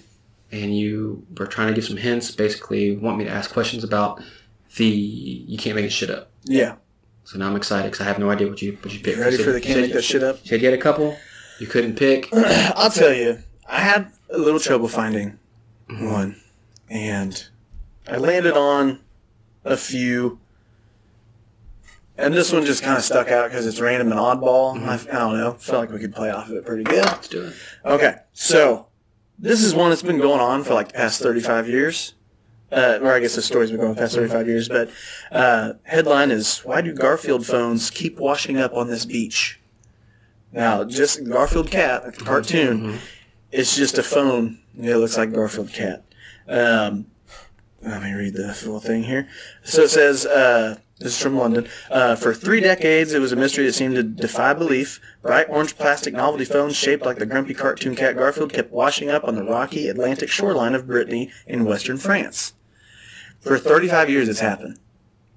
And you were trying to give some hints, basically want me to ask questions about the you can't make this shit up. Yeah. So now I'm excited because I have no idea what you what you picked. You ready You for the said- can you make said- that shit up? You said you had a couple. You couldn't pick. I'll tell you, I had a little trouble finding one, and I landed on a few, and this one just kind of stuck out because it's random and oddball. I, I don't know, felt like we could play off of it pretty good. Let's do it. Okay, so this is one that's been going on for like the past 35 years. Uh, or I guess the story's been going the past 35 years, but uh, headline is Why Do Garfield Phones Keep Washing Up on This Beach? Now, just Garfield Cat, like the cartoon, it's just a phone. It looks like Garfield Cat. Um, let me read the full thing here. So it says, uh, this is from London. Uh, for three decades, it was a mystery that seemed to defy belief. Bright orange plastic novelty phones shaped like the grumpy cartoon cat Garfield kept washing up on the rocky Atlantic shoreline of Brittany in western France. For 35 years, it's happened.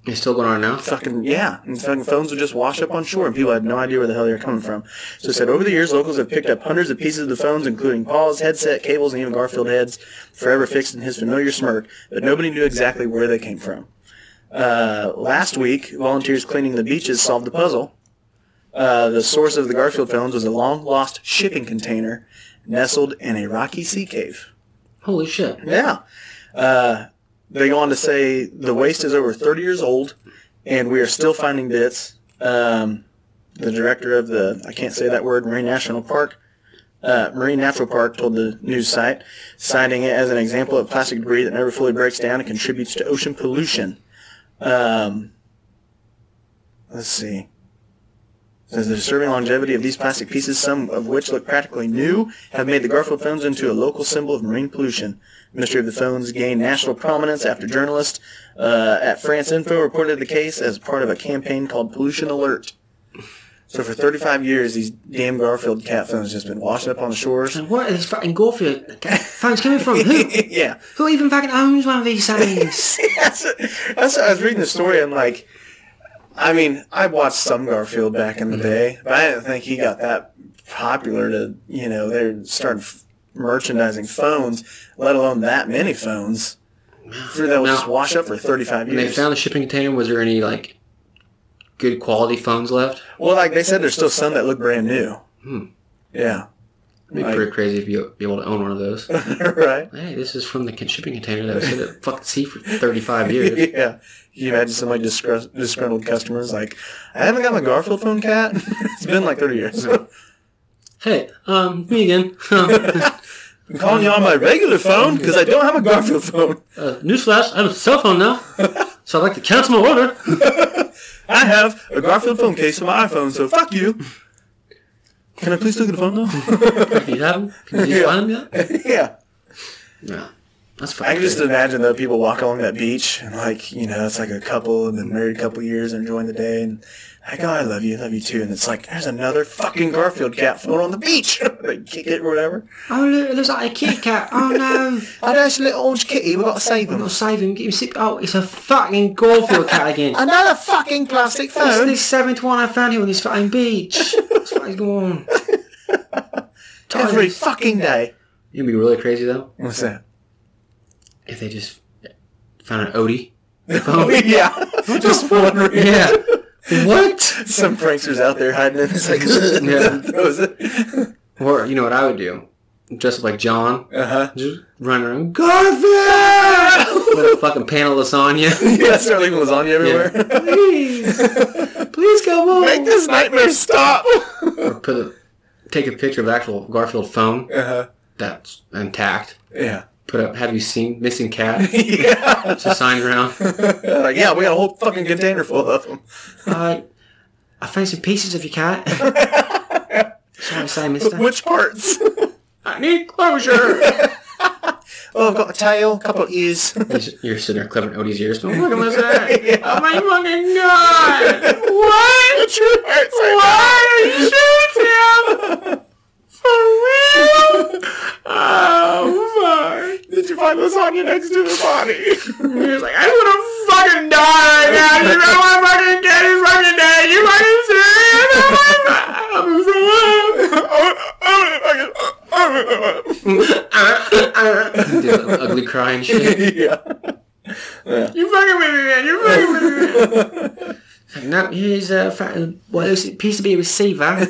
It's still going on now. Fucking, yeah. And fucking phones would just wash up on shore, and people had no idea where the hell they were coming from. So it said, over the years, locals have picked up hundreds of pieces of the phones, including paws, headset, cables, and even Garfield heads, forever fixed in his familiar smirk, but nobody knew exactly where they came from. Uh, last week, volunteers cleaning the beaches solved the puzzle. Uh, the source of the Garfield phones was a long lost shipping container nestled in a rocky sea cave. Holy shit. Yeah. Uh, they go on to say the waste is over 30 years old, and we are still finding bits. Um, the director of the I can't say that word Marine National Park, uh, Marine Natural Park, told the news site, citing it as an example of plastic debris that never fully breaks down and contributes to ocean pollution. Um, let's see. Says the disturbing longevity of these plastic pieces, some of which look practically new, have made the Garfield phones into a local symbol of marine pollution. Mystery of the phones gained national prominence after journalists uh, at France Info reported the case as part of a campaign called Pollution Alert. So for 35 years, these damn Garfield cat phones just been washing up on the shores. And where is this fucking Garfield fans coming from? Who? yeah, Who even fucking owns one of these things? that's that's. I was reading the story and like, I mean, I watched some Garfield back in the day, but I didn't think he got that popular to you know they started f- merchandising phones, let alone that many phones. For that will just No. wash up for thirty five When they years. found the shipping container, was there any like good quality phones left? well, like they said, there's still some that look brand new. Hmm. Yeah, It'd be Like- pretty crazy if you be able to own one of those. right? hey, this is from the con- shipping container that was in at fucking sea for 35 years. Yeah. You imagine somebody disgruntled, disgruntled customers like, I haven't got my Garfield phone cat. it's been like 30 years. I'm Hey, um, me again. uh, calling you on my regular phone because I don't have a Garfield phone. newsflash, I have a cell phone now, so I'd like to cancel my order. I have a Garfield phone case for my iPhone, so fuck you. Can I please look at the phone though? If you haven't, can you Yeah. find them yet? yeah. No. That's fucking I can just crazy. imagine though people walk along that beach and like you know it's like a couple and been married a couple years and enjoying the day and like oh I love you love you too and it's like there's another fucking Garfield cat floating on the beach they kick it or whatever Oh, look, there's like a kitty cat. Oh, no. I know it's a little orange kitty we gotta save I'll him save him. Get him sick. Oh, it's a fucking Gorefield cat again. another fucking plastic It's phone the seventh one I found here on this fucking beach. What's fucking going on? every fucking day It'd be really crazy though what's that if they just found an Odie. oh yeah just wondering Yeah. what? some pranksters out there hiding it it's like Yeah. throws it Or you know what I would do? Dress up like John, uh huh just run around Garfield with a fucking pan of lasagna. yeah start leaving lasagna everywhere Please, please come on. make this nightmare stop Or put a, take a picture of the actual Garfield phone uh huh that's intact. yeah. Put up. Have you seen missing cat? yeah. Just a sign around. like, yeah, we got a whole fucking container full of them. Uh, I found some pieces of your cat. Sorry, sorry, mister. Which parts? I need closure. oh, I've got a tail, couple of ears. You're sitting there clever Odie's ears. Oh, look at that. Yeah. Oh my fucking god. what? The true parts. Why did you shoot him? For real? Oh, fuck. Did you find lasagna next to the body? He was like, I wanna fucking die right now. You know my fucking cat is fucking dead. You fucking serious? He did that ugly crying shit. yeah. You fucking with me, man. You fucking with me. Man. Like, no, here's a fa- well, it appears to be a receiver.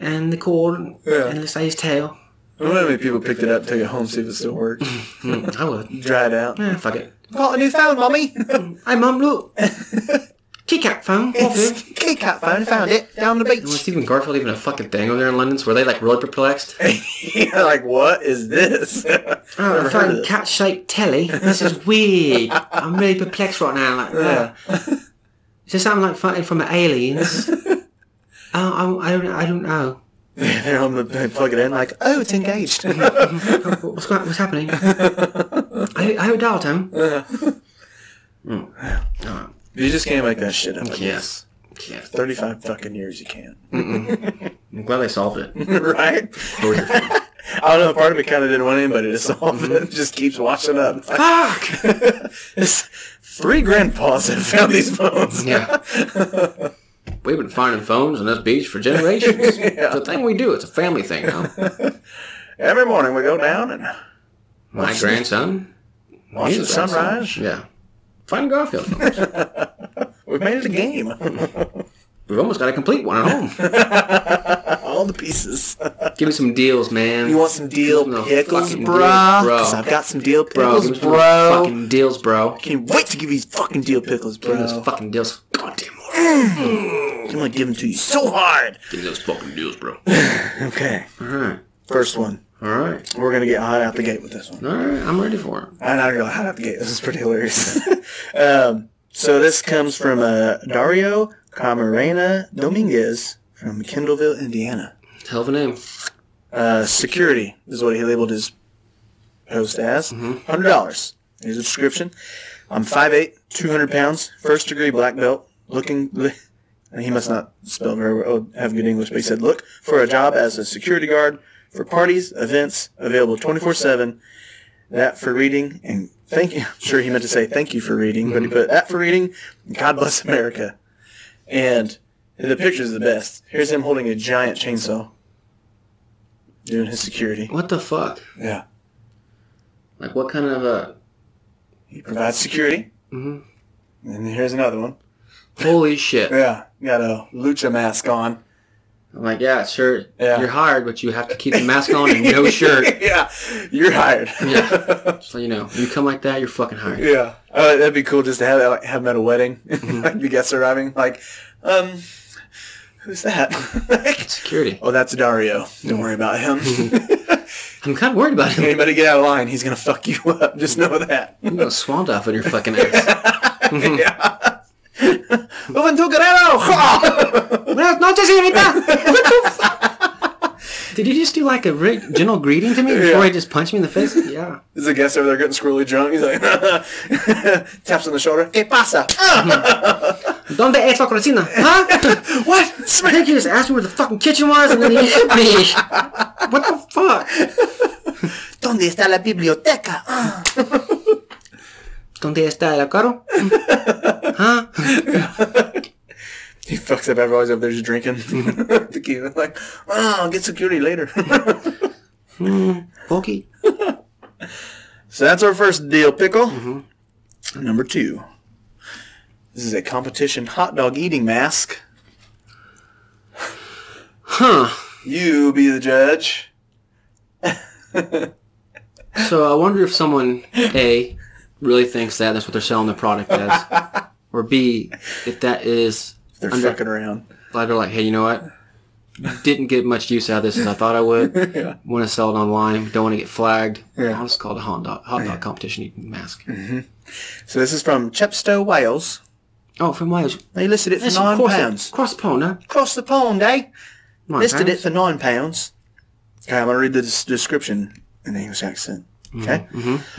And the cord, Yeah. and let's say his tail. I wonder how many people picked it up, took it home, see if it still worked. Hmm, I would. Dry it out. Yeah, fuck it. Got a new phone, mommy. Hey, mum, look. Kit Kat phone. Yes. Kit Kat phone, found it down the Was Stephen Garfield even a fucking thing over there in London? Were they like really perplexed? yeah, like what is this? Oh, Never I heard of found cat shaped telly. This is weird. I'm really perplexed right now. Like, uh, is this something like fighting from aliens? Oh, I, I, don't, I don't know. They're on the they plug it in like, oh, it's engaged. What- What's, going, what's happening? I, I have a dial tone. you just can't make that shit up. I guess. Yes. Oh, Yes. Thirty-five fucking years, you can't. I'm glad they solved it. right? I don't know. Part of me kind of didn't want in, but it is all it just keeps washing up. It's like, Fuck! it's three grandpas have found these phones. Yeah. We've been finding phones on this beach for generations. It's a thing we do. It's a family thing now. Every morning we go down and My grandson. watch the his grandson. sunrise. Yeah. Find Garfield films. We've made it a game. We've almost got a complete one at home. all the pieces. Give me some deals, man. You want some deal No pickles, fucking bruh? deals, bro. Because I've got some deal bro, pickles, give bro. me some fucking deals, bro. Can't wait to give you these fucking deal pickles, bro. Give me those fucking deals. Goddamn more. I'm gonna give them to you so hard. Give me those fucking deals, bro. Okay. Alright. First one. Alright. We're gonna get hot out the gate with this one. Alright, I'm ready for it. I'm not gonna go hot out the gate. This is pretty hilarious. um, so this comes from uh, Dario Camarena Dominguez from Kendallville, Indiana. Hell of a name. Uh, security is what he labeled his post as. Hundred dollars. Here's a description. I'm 5'8", 200 pounds, first degree black belt. Looking, li- he must not spell very well, oh, have good English, but he said, look for a job as a security guard for parties, events, available 24/7. That for reading and thank you. I'm sure he meant to say thank you for reading, but he put that for reading. and God bless America. And the picture's the best. Here's him holding a giant chainsaw, doing his security. What the fuck? Yeah. Like, what kind of a... He provides security. Mhm. And here's another one. Holy shit. Yeah, got a lucha mask on. I'm like, yeah, sure. Yeah. You're hired, but you have to keep the mask on and no shirt. yeah, you're hired. Yeah, So you know, you come like that, you're fucking hired. Uh, that'd be cool just to have like, have them at a wedding. Mm-hmm. like the guests arriving, like, um, who's that? Security. oh, that's Dario. Don't worry about him. Mm-hmm. I'm kind of worried about him. Anybody get out of line, he's gonna fuck you up. Just know that. You know, swanned off on your fucking ass. Juventud Guerrero. Ha! Buenas noches, señorita. What the fu- Did you just do like a re- gentle greeting to me before he just punched me in the face? Yeah. There's a guest over there getting squirrely drunk. He's like, taps on the shoulder. ¿Qué pasa? Donde es la cocina? Huh? what? I think he just asked me where the fucking kitchen was and then he hit me. What the fuck? ¿Dónde está la biblioteca? Ah. Donde está el carro? He fucks up everybody's up there just drinking tequila. Like, oh, I'll get security later. Pokey. so that's our first deal, pickle. Number two. This is a competition hot dog eating mask. Huh. You be the judge. So I wonder if someone A really thinks that that's what they're selling the product as, or B if that is They're under- fucking around. like, they're like, hey, you know what? Didn't get much use out of this as I thought I would. Want to sell it online. Don't want to get flagged. Yeah. I'll just call it a hot dog, hot dog competition eating mask. So this is from Chepstow, Wales. Oh, from Wales. They listed it for Listen, nine cross, pounds. Cross pond, huh? Across the pond, eh? Nine listed pounds. it for nine pounds. Okay, I'm gonna read the des- description in the English accent. Mm-hmm,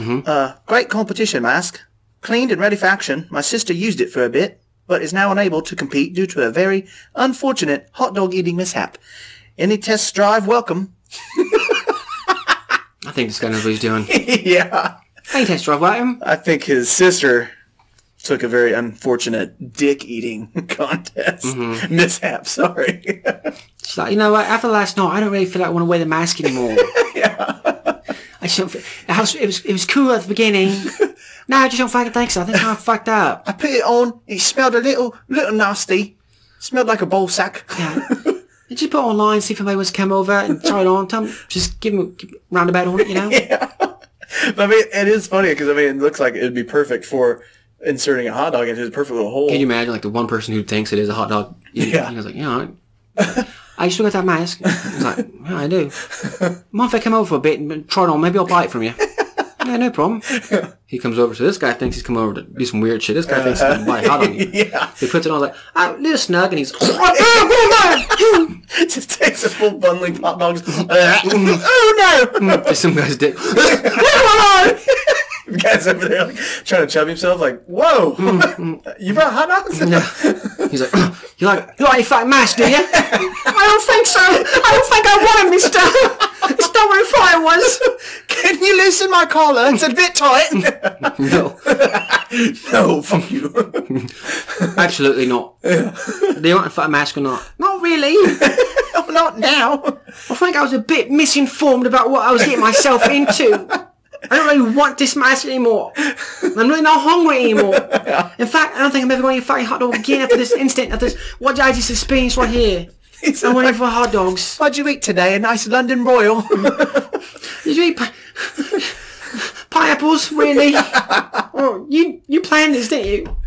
Okay. Uh, great competition mask, cleaned and ready for action. My sister used it for a bit, but is now unable to compete due to a very unfortunate hot dog eating mishap. Any test drive welcome. I think this guy knows what he's doing. yeah, hey, test drive, William. I think his sister took a very unfortunate dick eating contest Mm-hmm. mishap. Sorry. She's like, you know what? After last night, I don't really feel like I want to wear the mask anymore. yeah. I just don't feel, it, was, it, was, it was cool at the beginning. no, I just don't fucking think so. I think I'm fucked up. I put it on. It smelled a little, little nasty. Smelled like a ball sack. Yeah. You just put it online, see if anybody wants to come over and try it on. Tell 'em- just give them a roundabout on it, you know? I mean, it is funny because I mean, it looks like it'd be perfect for inserting a hot dog into the perfect little hole. Can you imagine, like, the one person who thinks it is a hot dog? Yeah. He was like, you know, I used to got that mask. He's like, yeah, I do. Mind if I come over for a bit and try it on? Maybe I'll buy it from you. Yeah, no problem. He comes over, so this guy thinks he's come over to do some weird shit. This guy thinks he's going to buy a hot dog. yeah, He puts it on like, oh, little snug, and he's, oh, just takes a full bundling hot dogs. oh no! no! Some guy's dick. the guy's over there like, trying to chub himself. Like, whoa! Mm, you brought hot dogs? He's like, you like, you like your fucking mask, do you? I don't think so. I don't think I want it, mister. It's not what I thought it was. Can you loosen my collar? It's a bit tight. No, no, fuck you. absolutely not. Do you want a fucking mask or not? Not really. no, Oh, not now. I think I was a bit misinformed about what I was getting myself into. I don't really want this mask anymore. I'm really not hungry anymore. In fact, I don't think I'm ever going to eat a fucking hot dog again after this instant, after this, what I just experienced right here. He's I'm waiting like, for hot dogs. What'd you eat today? A nice London Royal. Did you eat pi- pineapples? Really? oh, you you planned this, didn't you?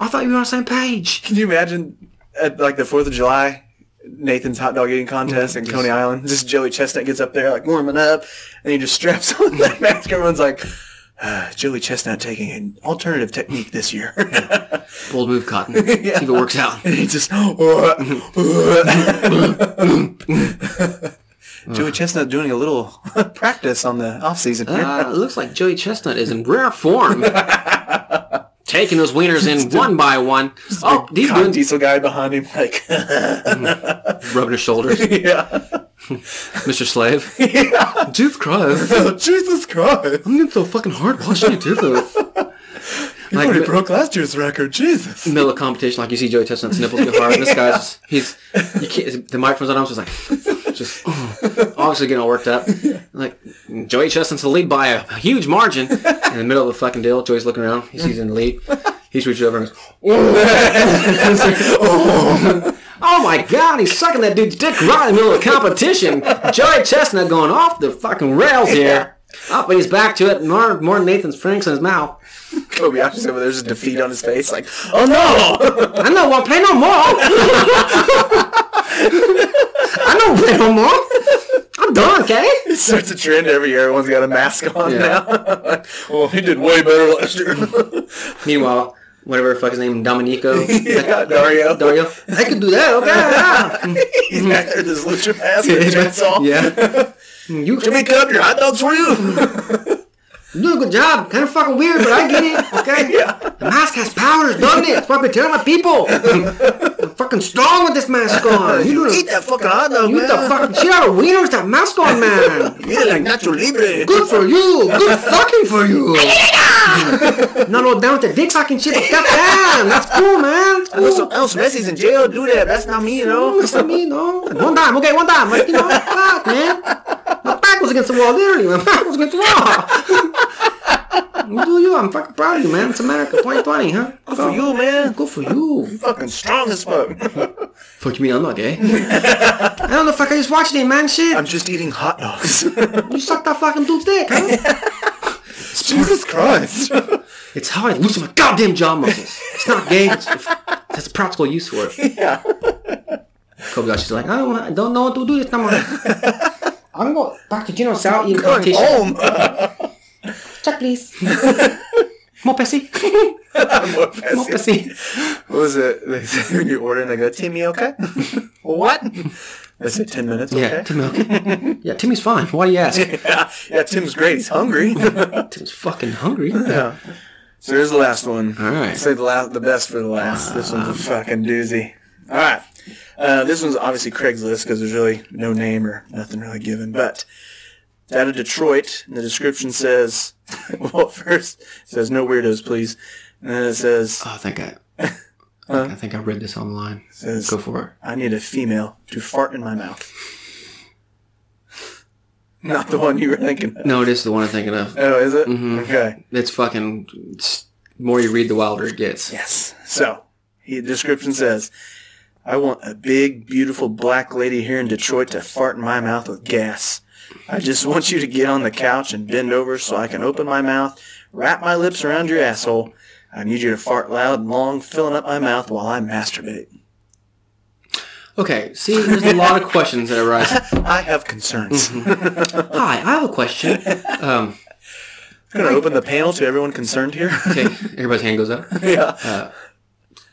I thought you were on the same page. Can you imagine at like the Fourth of July, Nathan's hot dog eating contest in Coney Island? Just Joey Chestnut gets up there like warming up, and he just straps on that mask. Everyone's like, uh, Joey Chestnut taking an alternative technique this year. Bold move, Cotton. See if it works out. and he just Joey Chestnut doing a little practice on the off season. Uh, it looks like Joey Chestnut is in rare form. Taking those wieners in one by one. Oh, he's Con doing, Diesel guy behind him, like, rubbing his shoulders. yeah, Mr. Slave. Tooth Crove. oh, Jesus Christ! I'm getting so fucking hard washing your tooth. You Like, already mi- broke last year's record, Jesus. middle of competition, like you see Joey Chestnut's nipples go hard. And this guy's he's you can't, the microphone's on. I was just like, just oh, obviously getting all worked up. Like Joey Chestnut's the lead by a huge margin. In the middle of the fucking deal, Joey's looking around. He sees in the lead. He reaches over and goes, "Oh." Oh my God, he's sucking that dude's dick right in the middle of the competition. Joey Chestnut going off the fucking rails here. Up and he's back to it. More, more Nathan Frank's in his mouth. Kobe Ashton over there's a defeat on his face. Like, oh no! I know, won't play no more. I don't play no more. I'm done, okay? it starts a trend every year. Everyone's got a mask on Yeah. now. well, he did way better last year. Meanwhile, whatever the fuck his name, Dominico. yeah, Dario. Dario. I can do that, okay? yeah. He's back there with his lucha mask and chainsaw. Yeah. You Jimmy Cup, your hot dogs for you. You do a good job. Kind of fucking weird, but I get it. Okay. The mask has powers, doesn't it? That's what I've been telling my people. I'm fucking strong with this mask on. You doing? Eat that fucking hot dog, You man. eat the fucking shit out of wieners that mask on, man. Yeah, like Nacho Libre. Good for you. Good fucking for you. Not all down with the dick sucking shit. But goddamn, that's cool, man. That's cool. Someone else, Messi's in jail. Do that. That's not me, you know. That's not me, no. One time, okay, one time. Like, you know, fuck, man. My back was against the wall, literally. My back was against the wall. You do you. I'm fucking proud of you, man. It's America 2020, huh? Good For you, man. Good for you. Fucking strong as fuck. Fuck you mean I'm not gay? I don't know, fuck, I just watched it, man. Shit. I'm just eating hot dogs. You sucked that fucking dude's dick, huh? Jesus Christ. It's how I loosen my goddamn jaw muscles. It's not gay. It's, it's, that's a practical use for it. Yeah. Kobayashi's like, I don't, I don't know what to do this time. I'm going back to Gino South eating Going competition. home. Check, please. More Pepsi. More Pepsi. What was it? They said when you order and they go, Timmy, okay? what? They said 10 minutes, Yeah, okay? Tim Milk. Yeah, Timmy's fine. Why do you ask? Yeah, yeah, Tim's great. He's hungry. Tim's fucking hungry. so here's the last one. All right. Say the, la- the best for the last. This one's a fucking doozy. All right. Uh, this one's obviously Craigslist because there's really no name or nothing really given. But it's out of Detroit, and the description says, well, first it says, no weirdos, please. And then it says, Oh, I think I. I think I read this online. Says- Go for it. I need a female to fart in my mouth. Not the one you were thinking of. No, it is the one I'm thinking of. Oh, is it? Okay. It's fucking. It's, the more you read, the wilder it gets. Yes. So, the description says, I want a big, beautiful black lady here in Detroit to fart in my mouth with gas. I just want you to get on the couch and bend over so I can open my mouth, wrap my lips around your asshole. I need you to fart loud and long, filling up my mouth while I masturbate. Okay, see, there's a lot of questions that arise. I have concerns. Hi, I have a question. Um, Gonna open the panel to everyone concerned here. okay, everybody's hand goes up. Uh, yeah.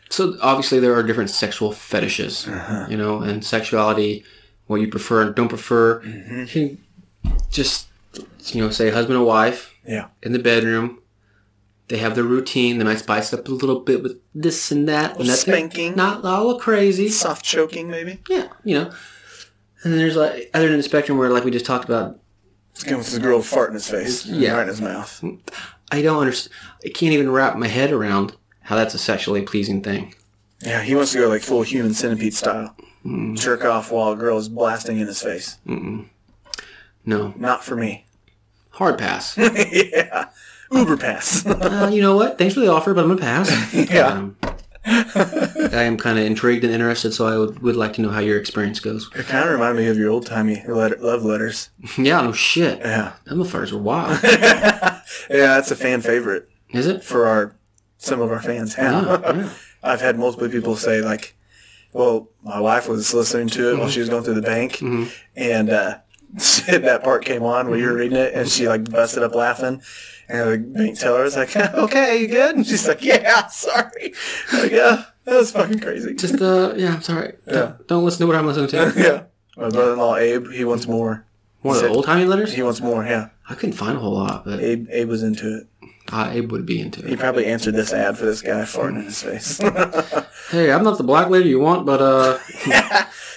So obviously there are different sexual fetishes, you know, and sexuality, what you prefer and don't prefer. Mm-hmm. You can just you know, say husband and wife Yeah. in the bedroom. They have their routine. They might spice it up a little bit with this and that, and that's it. spanking. Not all crazy. soft choking maybe Yeah, you know. And then there's like other end of the spectrum where, like we just talked about, it's going with this girl fart in his face Yeah. right in his mouth I don't understand. I can't even wrap my head around how that's a sexually pleasing thing. yeah he wants to go like full human centipede style jerk off while a girl is blasting in his face No, not for me hard pass. yeah uber pass uh, you know what? Thanks for the offer, but I'm gonna pass. Yeah. Um, I am kind of intrigued and interested, so I would, would like to know how your experience goes. it kind of reminded me of your old timey letter- love letters yeah, no shit. yeah Them motherfuckers were wild. yeah that's a fan favorite Is it? for our some of our fans Yeah, yeah. yeah. i've had multiple people say like well my wife was listening to it while she was going through the bank Mm-hmm. and uh that part came on when you were reading it, and she like busted up laughing. And the bank teller was like, "Okay, you good?" And she's like, "Yeah, sorry." Like, yeah, that was fucking crazy. Just uh, yeah. I'm sorry. Yeah. Don't, don't listen to what I'm listening to. yeah. My brother-in-law Abe, he wants more. One of the Said- old timey letters. He wants more. Yeah, I couldn't find a whole lot, but Abe, Abe was into it. I would be into He it. probably answered this ad for this guy farting in his face. Hey, I'm not the black lady you want, but uh,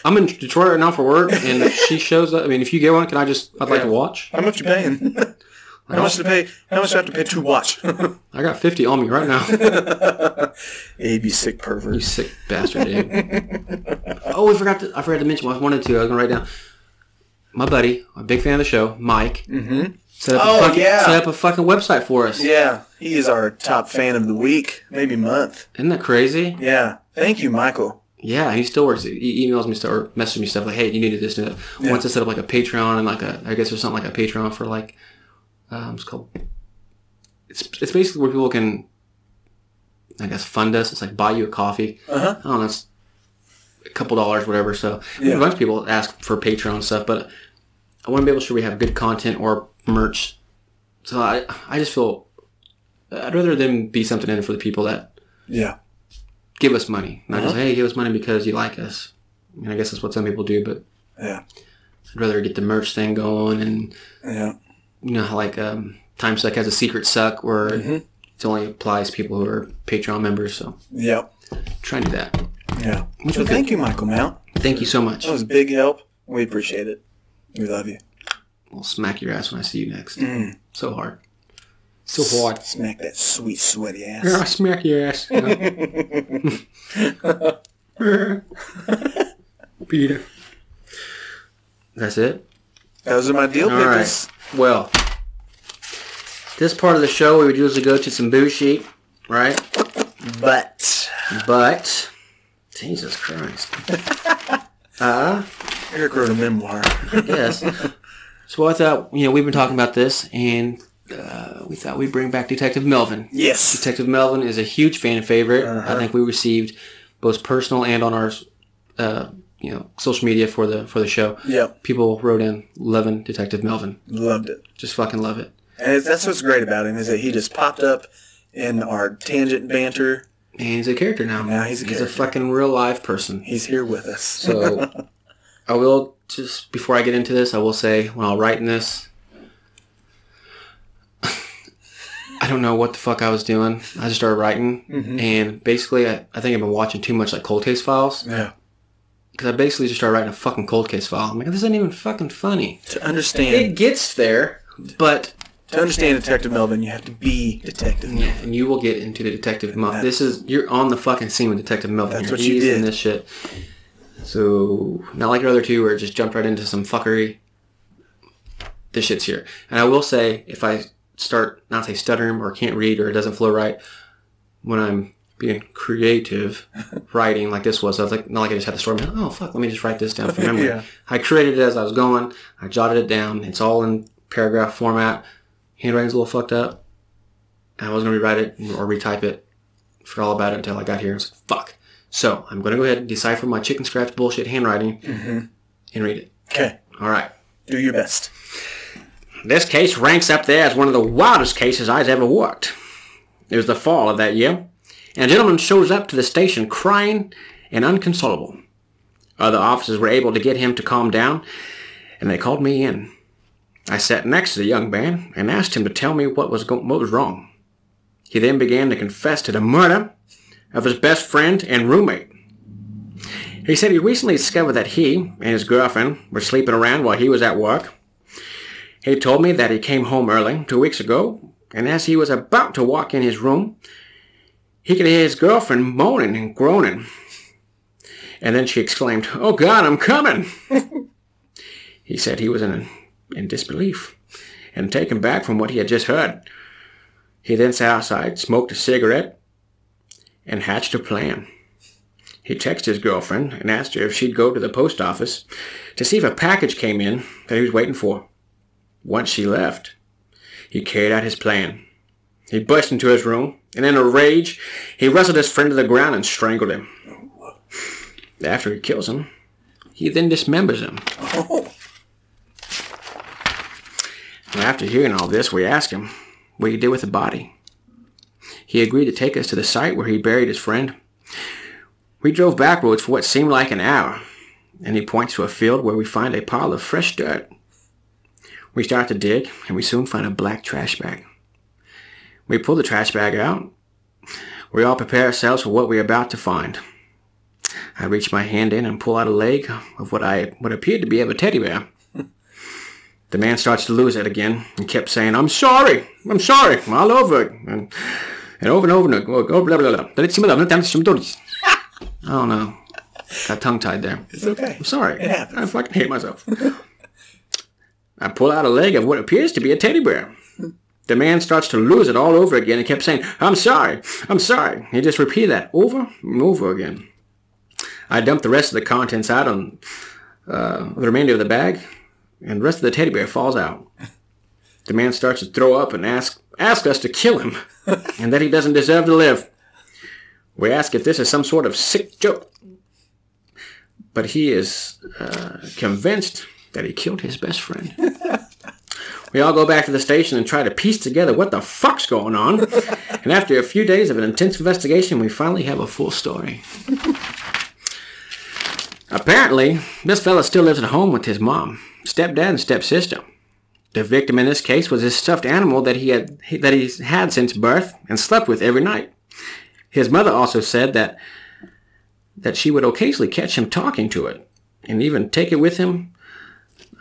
I'm in Detroit right now for work, and if she shows up, I mean, if you get one, can I just? I'd like to Yeah. watch. how much you paying? how much to pay? How much do I have to pay to watch? I got 50 on me right now. Abe, you sick pervert. you sick bastard, dude. oh, I forgot to, I forgot to mention. I wanted to. I was gonna write down. My buddy, a big fan of the show, Mike. Mm-hmm. Set up Oh, a fucking, yeah. Set up a fucking website for us. Yeah, he is our top fan of the week, maybe month. Isn't that crazy? Yeah, thank you, Michael. Yeah, he still works. He emails me stuff or messages me stuff like, "Hey, you need to this." do that." Wants to set up like a Patreon and like a, I guess there's something like a Patreon for like, um, it's called. It's it's basically where people can, I guess, fund us. It's like buy you a coffee. Uh-huh. I don't know. It's a couple dollars, whatever. So Yeah. a bunch of people ask for Patreon stuff, but I want to be able to sure we have good content or merch. So I I just feel I'd rather them be something in it for the people that Yeah. give us money. Not just, Uh-huh. hey, give us money because you like us. I mean, I guess that's what some people do, but Yeah. I'd rather get the merch thing going and, Yeah. you know, how like um, Time Suck has a secret suck where Mm-hmm. it only applies to people who are Patreon members. So Yep. try and do that. Yeah. Which Well, was good. thank you, Oh. Michael Mount. Thank you so much. That was a big help. We appreciate it. We love you. Mm. I'll smack your ass when I see you next. So hard. So Smack that sweet, sweaty Yeah, ass. I'll smack your ass. you know. Peter. That's it? Those are my deal All right. pickers. Well, this part of the show we would usually go to some boo sheet, right? But But Jesus Christ, Uh, Eric wrote a memoir. yes. So I thought, you know, we've been talking about this, and uh, we thought we'd bring back Detective Melvin. Yes. Detective Melvin is a huge fan favorite. I think we received both personal and on our, uh, you know, social media for the for the show. Yep. People wrote in loving Detective Melvin. Loved it. Just fucking love it. And it's- that's what's great about him is that he just popped up in our tangent banter. And he's a character now. Now he's a he's a character. fucking real live person. He's here with us. So I will just before I get into this, I will say when I'll write in this, I don't know what the fuck I was doing. I just started writing, and basically, I, I think I've been watching too much like cold case files yeah. because I basically just started writing a fucking cold case file. I'm like, this isn't even fucking funny. To It understand, gets there, but to understand Detective Melvin, you have to be Detective Melvin. and you will get into the detective Melvin. This is you're on the fucking scene with Detective Melvin. That's here. what you He's in did. this shit. So not like your other two, where it just jumped right into some fuckery. This shit's here, and I will say, if I start not say stuttering or can't read or it doesn't flow right, when I'm being creative, writing like this was, I was like not like I just had the story. I'm like, oh fuck, let me just write this down from memory. Yeah. I created it as I was going. I jotted it down. It's all in paragraph format. Handwriting's a little fucked up. I was gonna rewrite it or retype it. Forgot all about it until I got here. I was like, fuck. So I'm gonna go ahead and decipher my chicken scratch bullshit handwriting and read it. Okay. All right. Do your best. This case ranks up there as one of the wildest cases I've ever worked. It was the fall of that year, and a gentleman shows up to the station crying and inconsolable. Other officers were able to get him to calm down, and they called me in. I sat next to the young man and asked him to tell me what was, go- what was wrong. He then began to confess to the murder of his best friend and roommate. He said he recently discovered that he and his girlfriend were sleeping around while he was at work, he told me that he came home early two weeks ago, and as he was about to walk in his room, he could hear his girlfriend moaning and groaning. And then she exclaimed, Oh God, I'm coming! he said he was in, in disbelief and taken back from what he had just heard. He then sat outside, smoked a cigarette, and hatched a plan. He texted his girlfriend and asked her if she'd go to the post office to see if a package came in that he was waiting for. Once she left, he carried out his plan. He burst into his room, and in a rage, he wrestled his friend to the ground and strangled him. After he kills him, he then dismembers him. Oh. And after hearing all this, we asked him what he did with the body. He agreed to take us to the site where he buried his friend. We drove back roads for what seemed like an hour, and he points to a field where we find a pile of fresh dirt. We start to dig, and we soon find a black trash bag. We pull the trash bag out. We all prepare ourselves for what we're about to find. I reach my hand in and pull out a leg of what I what appeared to be of a teddy bear. The man starts to lose it again and kept saying, I'm sorry, I'm sorry, I'm all over it. And, and over and over and over, oh, blah, blah, blah. I don't know. Got tongue tied there. It's okay. I'm sorry. It happens. I fucking hate myself. I pull out a leg of what appears to be a teddy bear. The man starts to lose it all over again and kept saying, I'm sorry, I'm sorry. He just repeated that over and over again. I dumped the rest of the contents out on uh, the remainder of the bag, and the rest of the teddy bear falls out. The man starts to throw up and ask, ask us to kill him, and that he doesn't deserve to live. We ask if this is some sort of sick joke, but he is uh, convinced that he killed his best friend. We all go back to the station and try to piece together what the fuck's going on. and after a few days of an intense investigation, we finally have a full story. Apparently, this fella still lives at home with his mom, stepdad, and stepsister. The victim in this case was his stuffed animal that he had that he's had since birth and slept with every night. His mother also said that that she would occasionally catch him talking to it and even take it with him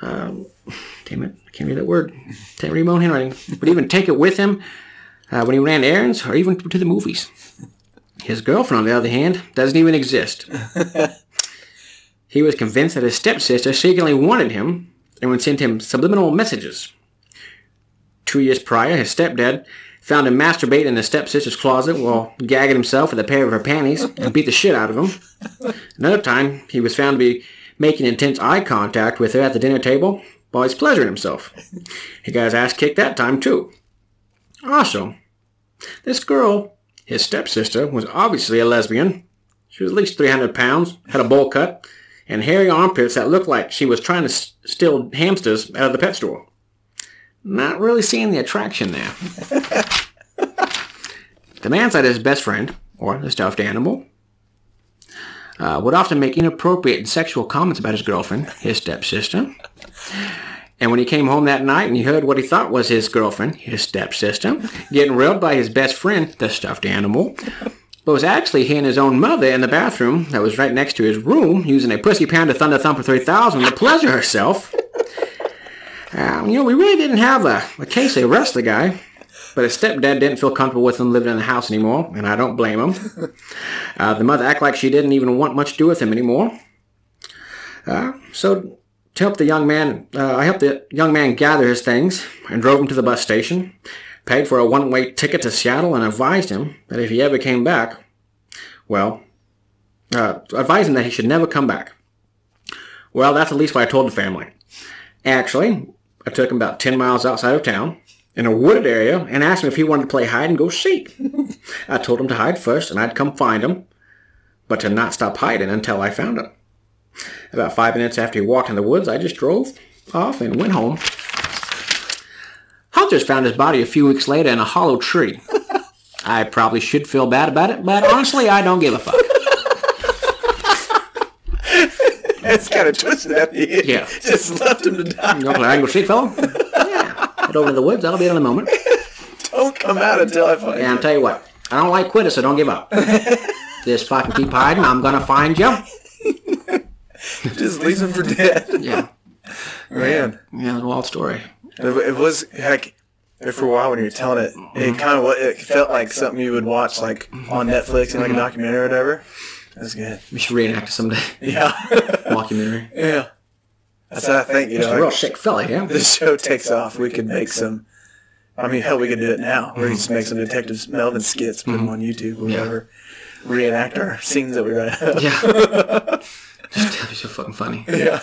Um, damn it, I can't read that word. Can't read my own handwriting. Would even take it with him uh, when he ran errands or even to the movies. His girlfriend, on the other hand, doesn't even exist. he was convinced that his stepsister secretly wanted him and would send him subliminal messages. Two years prior, his stepdad found him masturbating in his stepsister's closet while gagging himself with a pair of her panties and beat the shit out of him. Another time, he was found to be making intense eye contact with her at the dinner table while he's pleasuring himself. He got his ass kicked that time, too. Also, this girl, his stepsister, was obviously a lesbian. She was at least 300 pounds, had a bowl cut, and hairy armpits that looked like she was trying to s- steal hamsters out of the pet store. Not really seeing the attraction there. the man's side, his best friend, or the stuffed animal, uh, would often make inappropriate and sexual comments about his girlfriend, his stepsister. And when he came home that night and he heard what he thought was his girlfriend, his stepsister, getting railed by his best friend, the stuffed animal, but was actually he and his own mother in the bathroom that was right next to his room using a pussy pounder thunder thumper 3000 to pleasure herself. Uh, you know, we really didn't have a, a case to arrest the guy, but his stepdad didn't feel comfortable with him living in the house anymore, and I don't blame him. Uh, the mother act like she didn't even want much to do with him anymore. Uh, so to help the young man, uh, I helped the young man gather his things and drove him to the bus station, paid for a one-way ticket to Seattle, and advised him that if he ever came back, well, uh, advised him that he should never come back. Well, that's at least what I told the family. Actually, I took him about 10 miles outside of town in a wooded area and asked him if he wanted to play hide and go seek. I told him to hide first and I'd come find him, but to not stop hiding until I found him. About five minutes after he walked in the woods, I just drove off and went home. Hunters found his body a few weeks later in a hollow tree. I probably should feel bad about it, but honestly, I don't give a fuck. It's kind of twisted at the end. Yeah. Just left him to die. You want to play hide and go seek, fellow? Yeah. Head over to the woods. That'll be it in a moment. Don't come out until I find And I'll tell you what, I don't like quitters, so don't give up. Just fucking keep hiding. I'm gonna find you. you. Just leaves him for dead. Yeah. Man. Yeah, the wild story. It, it was like for a while when you were telling it, Mm-hmm. it kind of it felt like something you would watch like on Netflix Mm-hmm. in like a documentary or whatever. That's good. We should reenact it someday. Yeah, Mockumentary. yeah. That's what I think. You A know, real like, sick fella, yeah. this show takes off. We could make some. Mm-hmm. I mean, hell, we could do it now. We could just make some detectives Melvin skits, put them on YouTube, or whatever. Reenact our scenes that we write up. Yeah. Just that'd be so fucking funny. Yeah.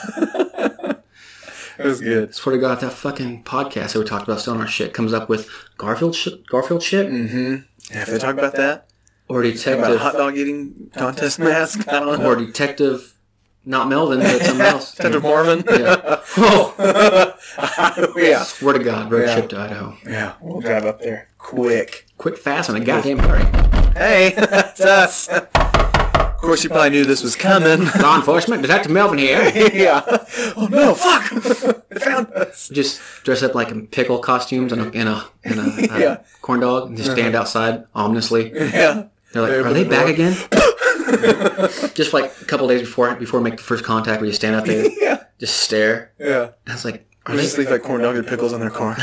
It was good. Swear to God, that fucking podcast that we talked about selling our shit comes up with Garfield sh- Garfield shit Mm-hmm. Yeah, if they talk about that, or about a detective hot dog eating contest mask, I don't or know. detective, not Melvin, but something else. Detective Mormon. Yeah. Oh, yeah. swear to God, road Yeah. trip to Idaho. Yeah, we'll drive up there quick. Quick, fast, and a goddamn hurry. Hey, that's us. Of course, you probably knew this was coming. Law enforcement, Detective Melvin here. yeah. Oh no! Fuck! they found us. Just dress up like in pickle costumes and a in a, in a, uh Yeah. Uh-huh. corn dog and just stand outside ominously. Yeah. They're like, They are open they the back door." again? just like a couple days before before we make the first contact, where you stand out there, Yeah. just stare. Yeah. I was like, are We they, just leave like corn dog and pickles in their car.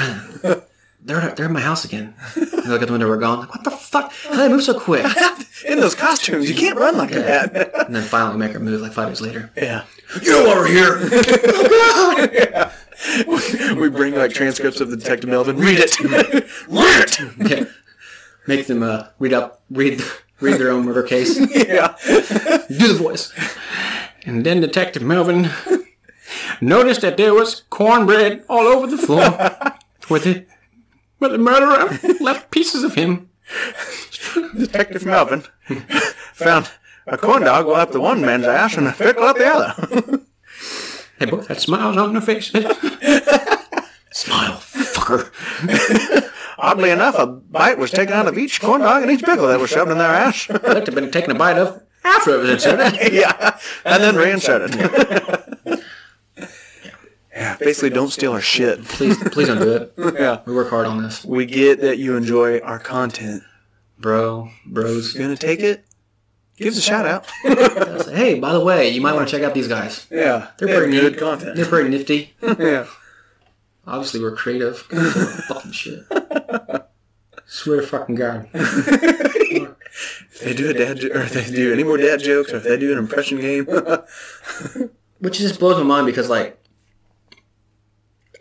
they're they're in my house again? And I look at the window, we're gone. Like, what the fuck? How did they move so quick? in those costumes, you can't run like that. And then finally we make our move like five days later. yeah. You over here. We bring like transcripts of the Detective Melvin. Read it. Read it. yeah. Make them uh, read up read the, read their own murder case. yeah. Do the voice. And then Detective Melvin noticed that there was cornbread all over the floor where the, where the murderer left pieces of him. Detective Melvin found a corn dog will up the one man's ass and a pickle up the other. They both had smiles on their faces. Smile, fucker. Oddly enough, a bite was taken out of each corn dog and each pickle that was shoved in their ass. I'd like to have been taking a bite of after it was inserted. yeah. And then reinserted. Yeah, basically don't steal our shit. Please, please don't do it. Yeah. We work hard on this. We get that you enjoy our content. Bro, bros. You're gonna take it? Give us a shout out. Hey, by the way, you might want to check out these guys. Yeah. They're pretty neat. good They're content. pretty nifty. Yeah. Obviously, we're creative. fucking shit. Swear to fucking God. If they do a dad jo- or if they do any more dad jokes or if they do an impression game. Which just blows my mind because, like,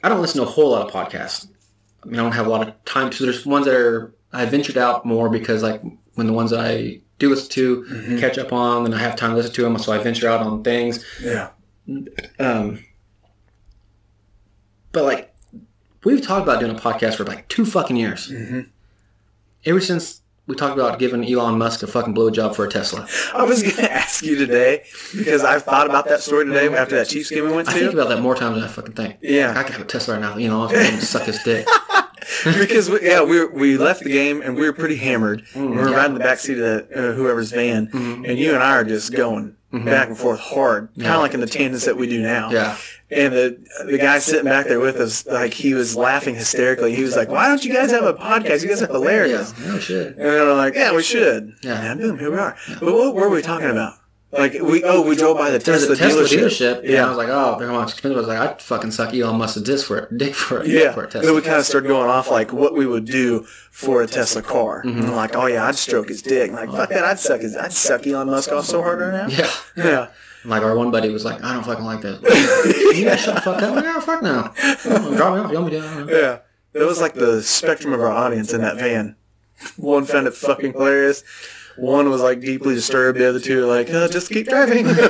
I don't listen to a whole lot of podcasts. I mean, I don't have a lot of time. So there's ones that are, I ventured out more because, like, when the ones that I do listen to, catch up on, then I have time to listen to them. So I venture out on things. yeah. Um, but like, we've talked about doing a podcast for like two fucking years. Ever since we talked about giving Elon Musk a fucking blowjob for a Tesla, I was going to ask you today because I've thought about that story today after that Chiefs game we went I think to. about that more times than I fucking think. Yeah. I could have a Tesla right now. You know, I'm gonna suck his dick. Because we, yeah, we were, we left the game and we were pretty hammered. We were riding the back seat of the, uh, whoever's van, and you and I are just going back and forth hard, kind of like in the tangents that we do now. Yeah. And the the guy sitting back there with us, like he was laughing hysterically. He was like, "Why don't you guys have a podcast? You guys are Yeah. hilarious." No shit. And they're like, "Yeah, we should." Yeah. And boom, here we are. But what were we talking about? Like we oh we drove by the There's Tesla, a Tesla dealership. dealership. and I Yeah. was like, oh, they're much expensive. I was like, I'd fucking suck Elon Musk's dick for a dick for a, Yeah. for a Then we Tesla. kind of started going off like what we would do for a Tesla car. And I'm like, oh yeah, I'd stroke his dick. like fuck that, I'd suck his, I'd suck Elon Musk off so hard right now. Yeah. Yeah. Like our one buddy was like, I don't fucking like that. you gotta shut the fuck up. I'm like, oh, fuck no. Drop me off. You want me down? Yeah. That was like the spectrum of our audience in that van. One found it fucking hilarious. One was like deeply disturbed. The other two were like, uh, just keep driving.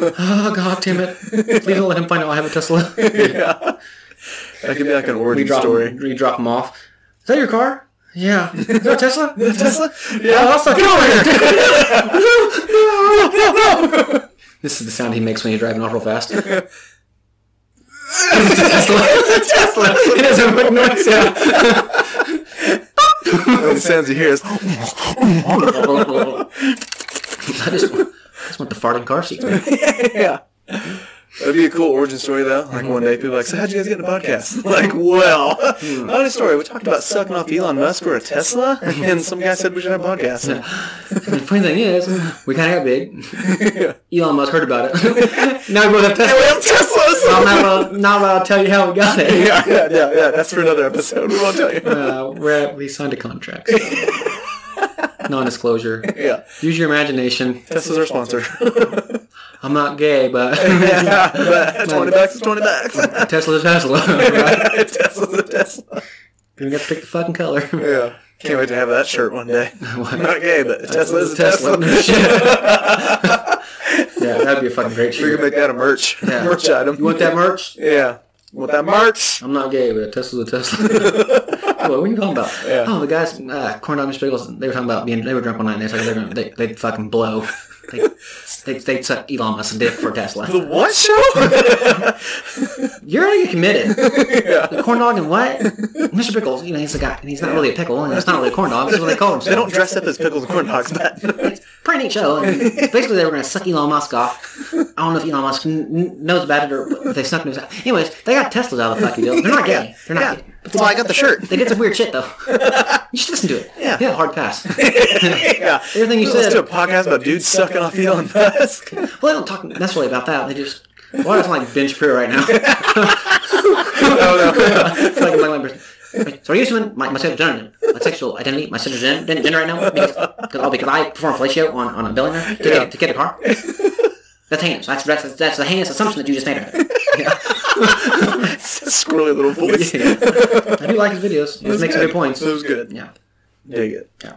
Oh god damn it! Please don't let him find out I have a Tesla. yeah. That could be like an we origin drop story. him. We drop him off. Is that your car? Yeah. Is that a Tesla? Tesla? Yeah, Yeah. I'll suck Get over here! This is the sound he makes when he's driving off real fast. It's a Tesla. It's a Tesla. It has a quick noise. Yeah. the sounds you hear is, I just, I just want the farting car seat. yeah. That'd be a cool origin story though. Like one day people are like, so how'd you guys get in the podcast? Like, well, Hmm. honest story. We talked about sucking off Elon Musk or a Tesla, and some guy said we should have a podcast. The funny thing is, we kind of got big. Elon Musk heard about it. now we both have We Tesla. have Teslas. I'm not about, not about to tell you how we got it. yeah, yeah, yeah, yeah. That's for another episode. We won't tell you. Uh, we're, we signed a contract. So. Non-disclosure. Yeah, Use your imagination. Tesla's our sponsor. I'm not gay, but yeah, but twenty bucks is twenty bucks. Tesla's Tesla. right? Tesla's a Tesla. You got to pick the fucking color. Yeah, can't wait to have that shirt one day. I'm not gay, but Tesla is a Tesla. Tesla. yeah, that'd be a fucking great We can shirt. make that a merch Yeah. merch item. You want that merch? Yeah. Want that merch? I'm not gay, but Tesla's a Tesla. what were you talking about? Yeah. Oh, the guys, uh, corn dog and Spiggles, they were talking about being, they were drunk one night and they said they were gonna, they, they'd fucking blow. They, they, they'd suck Elon Musk's dick for Tesla. The what show? You're already committed. The corn dog and what? Mr. Pickles, you know, he's a guy, and he's not really a pickle, and it's not really a corn dog, that's what they call him. they don't dress up as pickles and corn dogs, but pretty neat show. And basically, they were going to suck Elon Musk off. I don't know if Elon Musk n- n- knows about it or if they snuck news out. Anyways, they got Teslas out of the fucking deal. They're not gay. They're not gay. But they, well, I got the shirt. they did some weird shit, though. You should listen to it. Yeah. Yeah, hard pass. yeah. Everything you Let's said. do a podcast about dudes sucking off Elon Musk. Oh, Well, they don't talk necessarily about that. They just. Why does like Ben Shapiro right now? It's like my members. So are you assuming my, my sexual gender, my sexual identity, my sexual gen- gen- gender right now? Because, because, oh, because I perform fellatio on, on a billionaire to, Yeah. get, to get a car? That's heinous. That's, that's, that's the heinous assumption that you just made. of it. Yeah. Squirrely little voice. I do like his videos. He makes some good points. It was good. Yeah. Dig it. Yeah.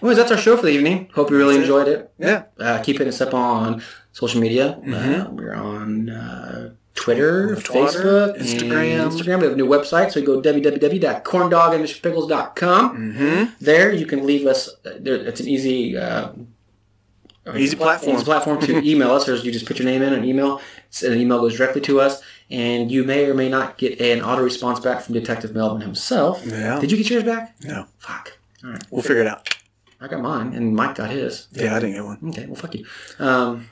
Anyways, that's our show for the evening. Hope you really enjoyed it. Yeah. Uh, keep hitting us up on social media. Mm-hmm. Uh, we're on uh, Twitter, Twitter, Facebook, and Instagram. Instagram. We have a new website, so you go www.corndoganddmrpickles.com. Mm-hmm. There you can leave us. uh, There, it's an easy, uh, Easy platform. easy platform to email us, or you just put your name in an email. so An email goes directly to us, and you may or may not get an auto response back from Detective Melvin himself. Yeah. Did you get yours back? No. Fuck. All right. We'll figure it out. I got mine, and Mike got his. Yeah, I didn't get one. Okay, well, fuck you. Um,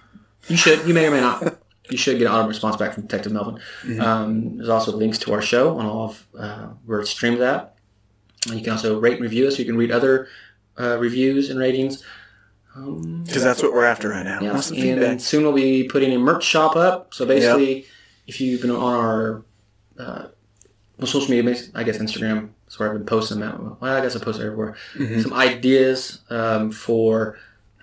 you should. You may or may not. You should get an auto response back from Detective Melvin. Um, there's also links to our show on all of uh, where it's streamed at. And you can also rate and review us. You can read other uh, reviews and ratings. Um, Because that's what we're after right now. yeah, What's the and then feedback? soon we'll be putting a merch shop up. So basically, if you've been on our uh, well, social media, bas- I guess Instagram is where I've been posting them at. Well, I guess I post everywhere. Mm-hmm. Some ideas um, for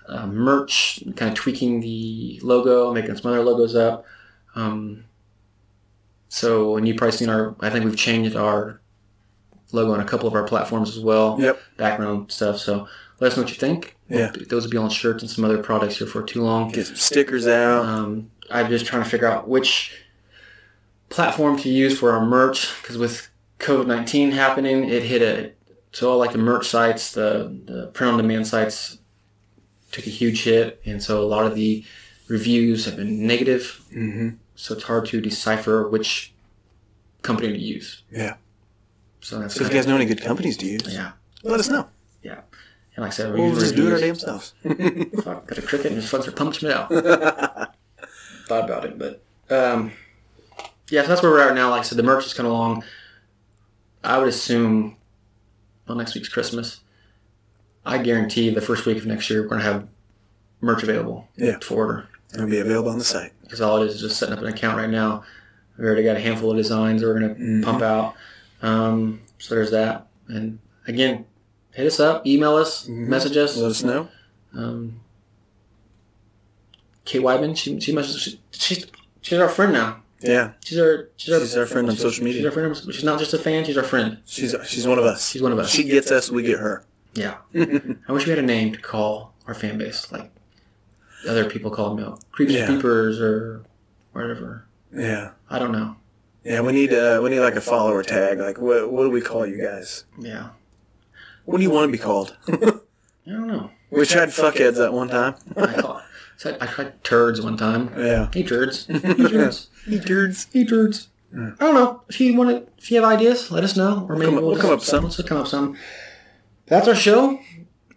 uh, merch, kind of tweaking the logo, making some other logos up. Um, so, and you've probably seen our, I think we've changed our logo on a couple of our platforms as well. Yep. Background stuff. So let us know what you think. Yeah. Those will be on shirts and some other products here for too long. Get some stickers out. Um, I'm just trying to figure out which platform to use for our merch because with COVID nineteen happening, it hit a so all like the merch sites, the the print on demand sites took a huge hit, and so a lot of the reviews have been negative. Mm-hmm. So it's hard to decipher which company to use. Yeah. So that's So if you kind guys know any good companies to use, of, yeah, let us know. yeah. And like I said, We'll reviews- just do it our reviews. damn selves. Fuck, got a cricket and just fucking punched me out. Thought about it, but um, yeah, so that's where we're at now. Like I said, the merch is coming along. I would assume, well, next week's Christmas. I guarantee the first week of next year we're gonna have merch available Yeah. to order It'll be available on the site. because all it is is just setting up an account right now. We've already got a handful of designs we're gonna Mm-hmm. pump out. Um, so there's that. And again, hit us up, email us, message us. Mm-hmm. Let us know. Um, Kate Wyman, she she must she, she's she's our friend now. Yeah. She's our she's our, She's our friend on social She's media. our friend. She's not just a fan. She's our friend. She's she's one of us. She's one of us. She gets us, we get her. yeah. I wish we had a name to call our fan base like other people call them out. Creeps Yeah. and peepers or whatever. Yeah. I don't know. Yeah, we need uh, we need like a follower tag. Like what what do we call you guys? Yeah. What do you want to be called? I don't know. we tried fuckheads that one time. I, call, so I, I tried turds one time. Yeah. Hey turds. Hey turds. Dudes. Hey, turds. I don't know. If you want to, if you have ideas, let us know. Or maybe come up- we'll come up with just- some. We'll come up with some. That's our show.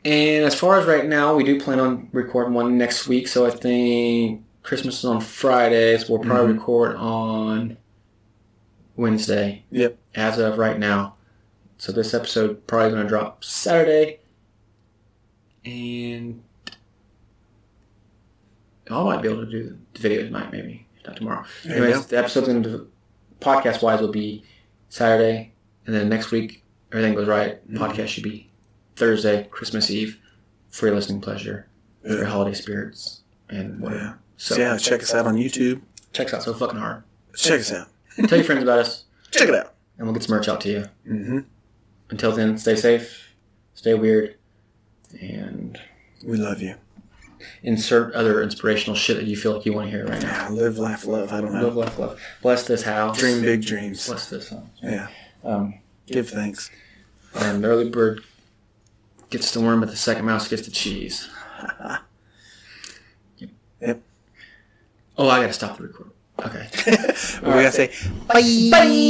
And as far as right now, we do plan on recording one next week. So I think Christmas is on Friday, so we'll Mm-hmm. probably record on Wednesday. Yep. As of right now, so this episode probably going to drop Saturday. And I might be able to do the video tonight, maybe if not tomorrow. you go. Anyways, the episode's going to podcast wise will be Saturday, and then next week everything goes right. Mm-hmm. Podcast should be Thursday, Christmas Eve, for your listening pleasure, for your Yeah. holiday spirits, and whatever. Yeah. So yeah, check us out on YouTube. checks out so fucking hard. Check us out. Tell your friends about us, Check it out. and we'll get some merch out to you. Mm-hmm. Until then, stay safe, stay weird, and We love you. insert other inspirational shit that you feel like you want to hear right now. Yeah, live, laugh, love. I don't Love, know. love, love. Bless this house. Dream big dreams. Bless this house. Yeah. Um, Give thanks. and the early bird gets the worm, but the second mouse gets the cheese. Yep. Oh, I gotta stop the recording. Okay. We're gonna say Bye.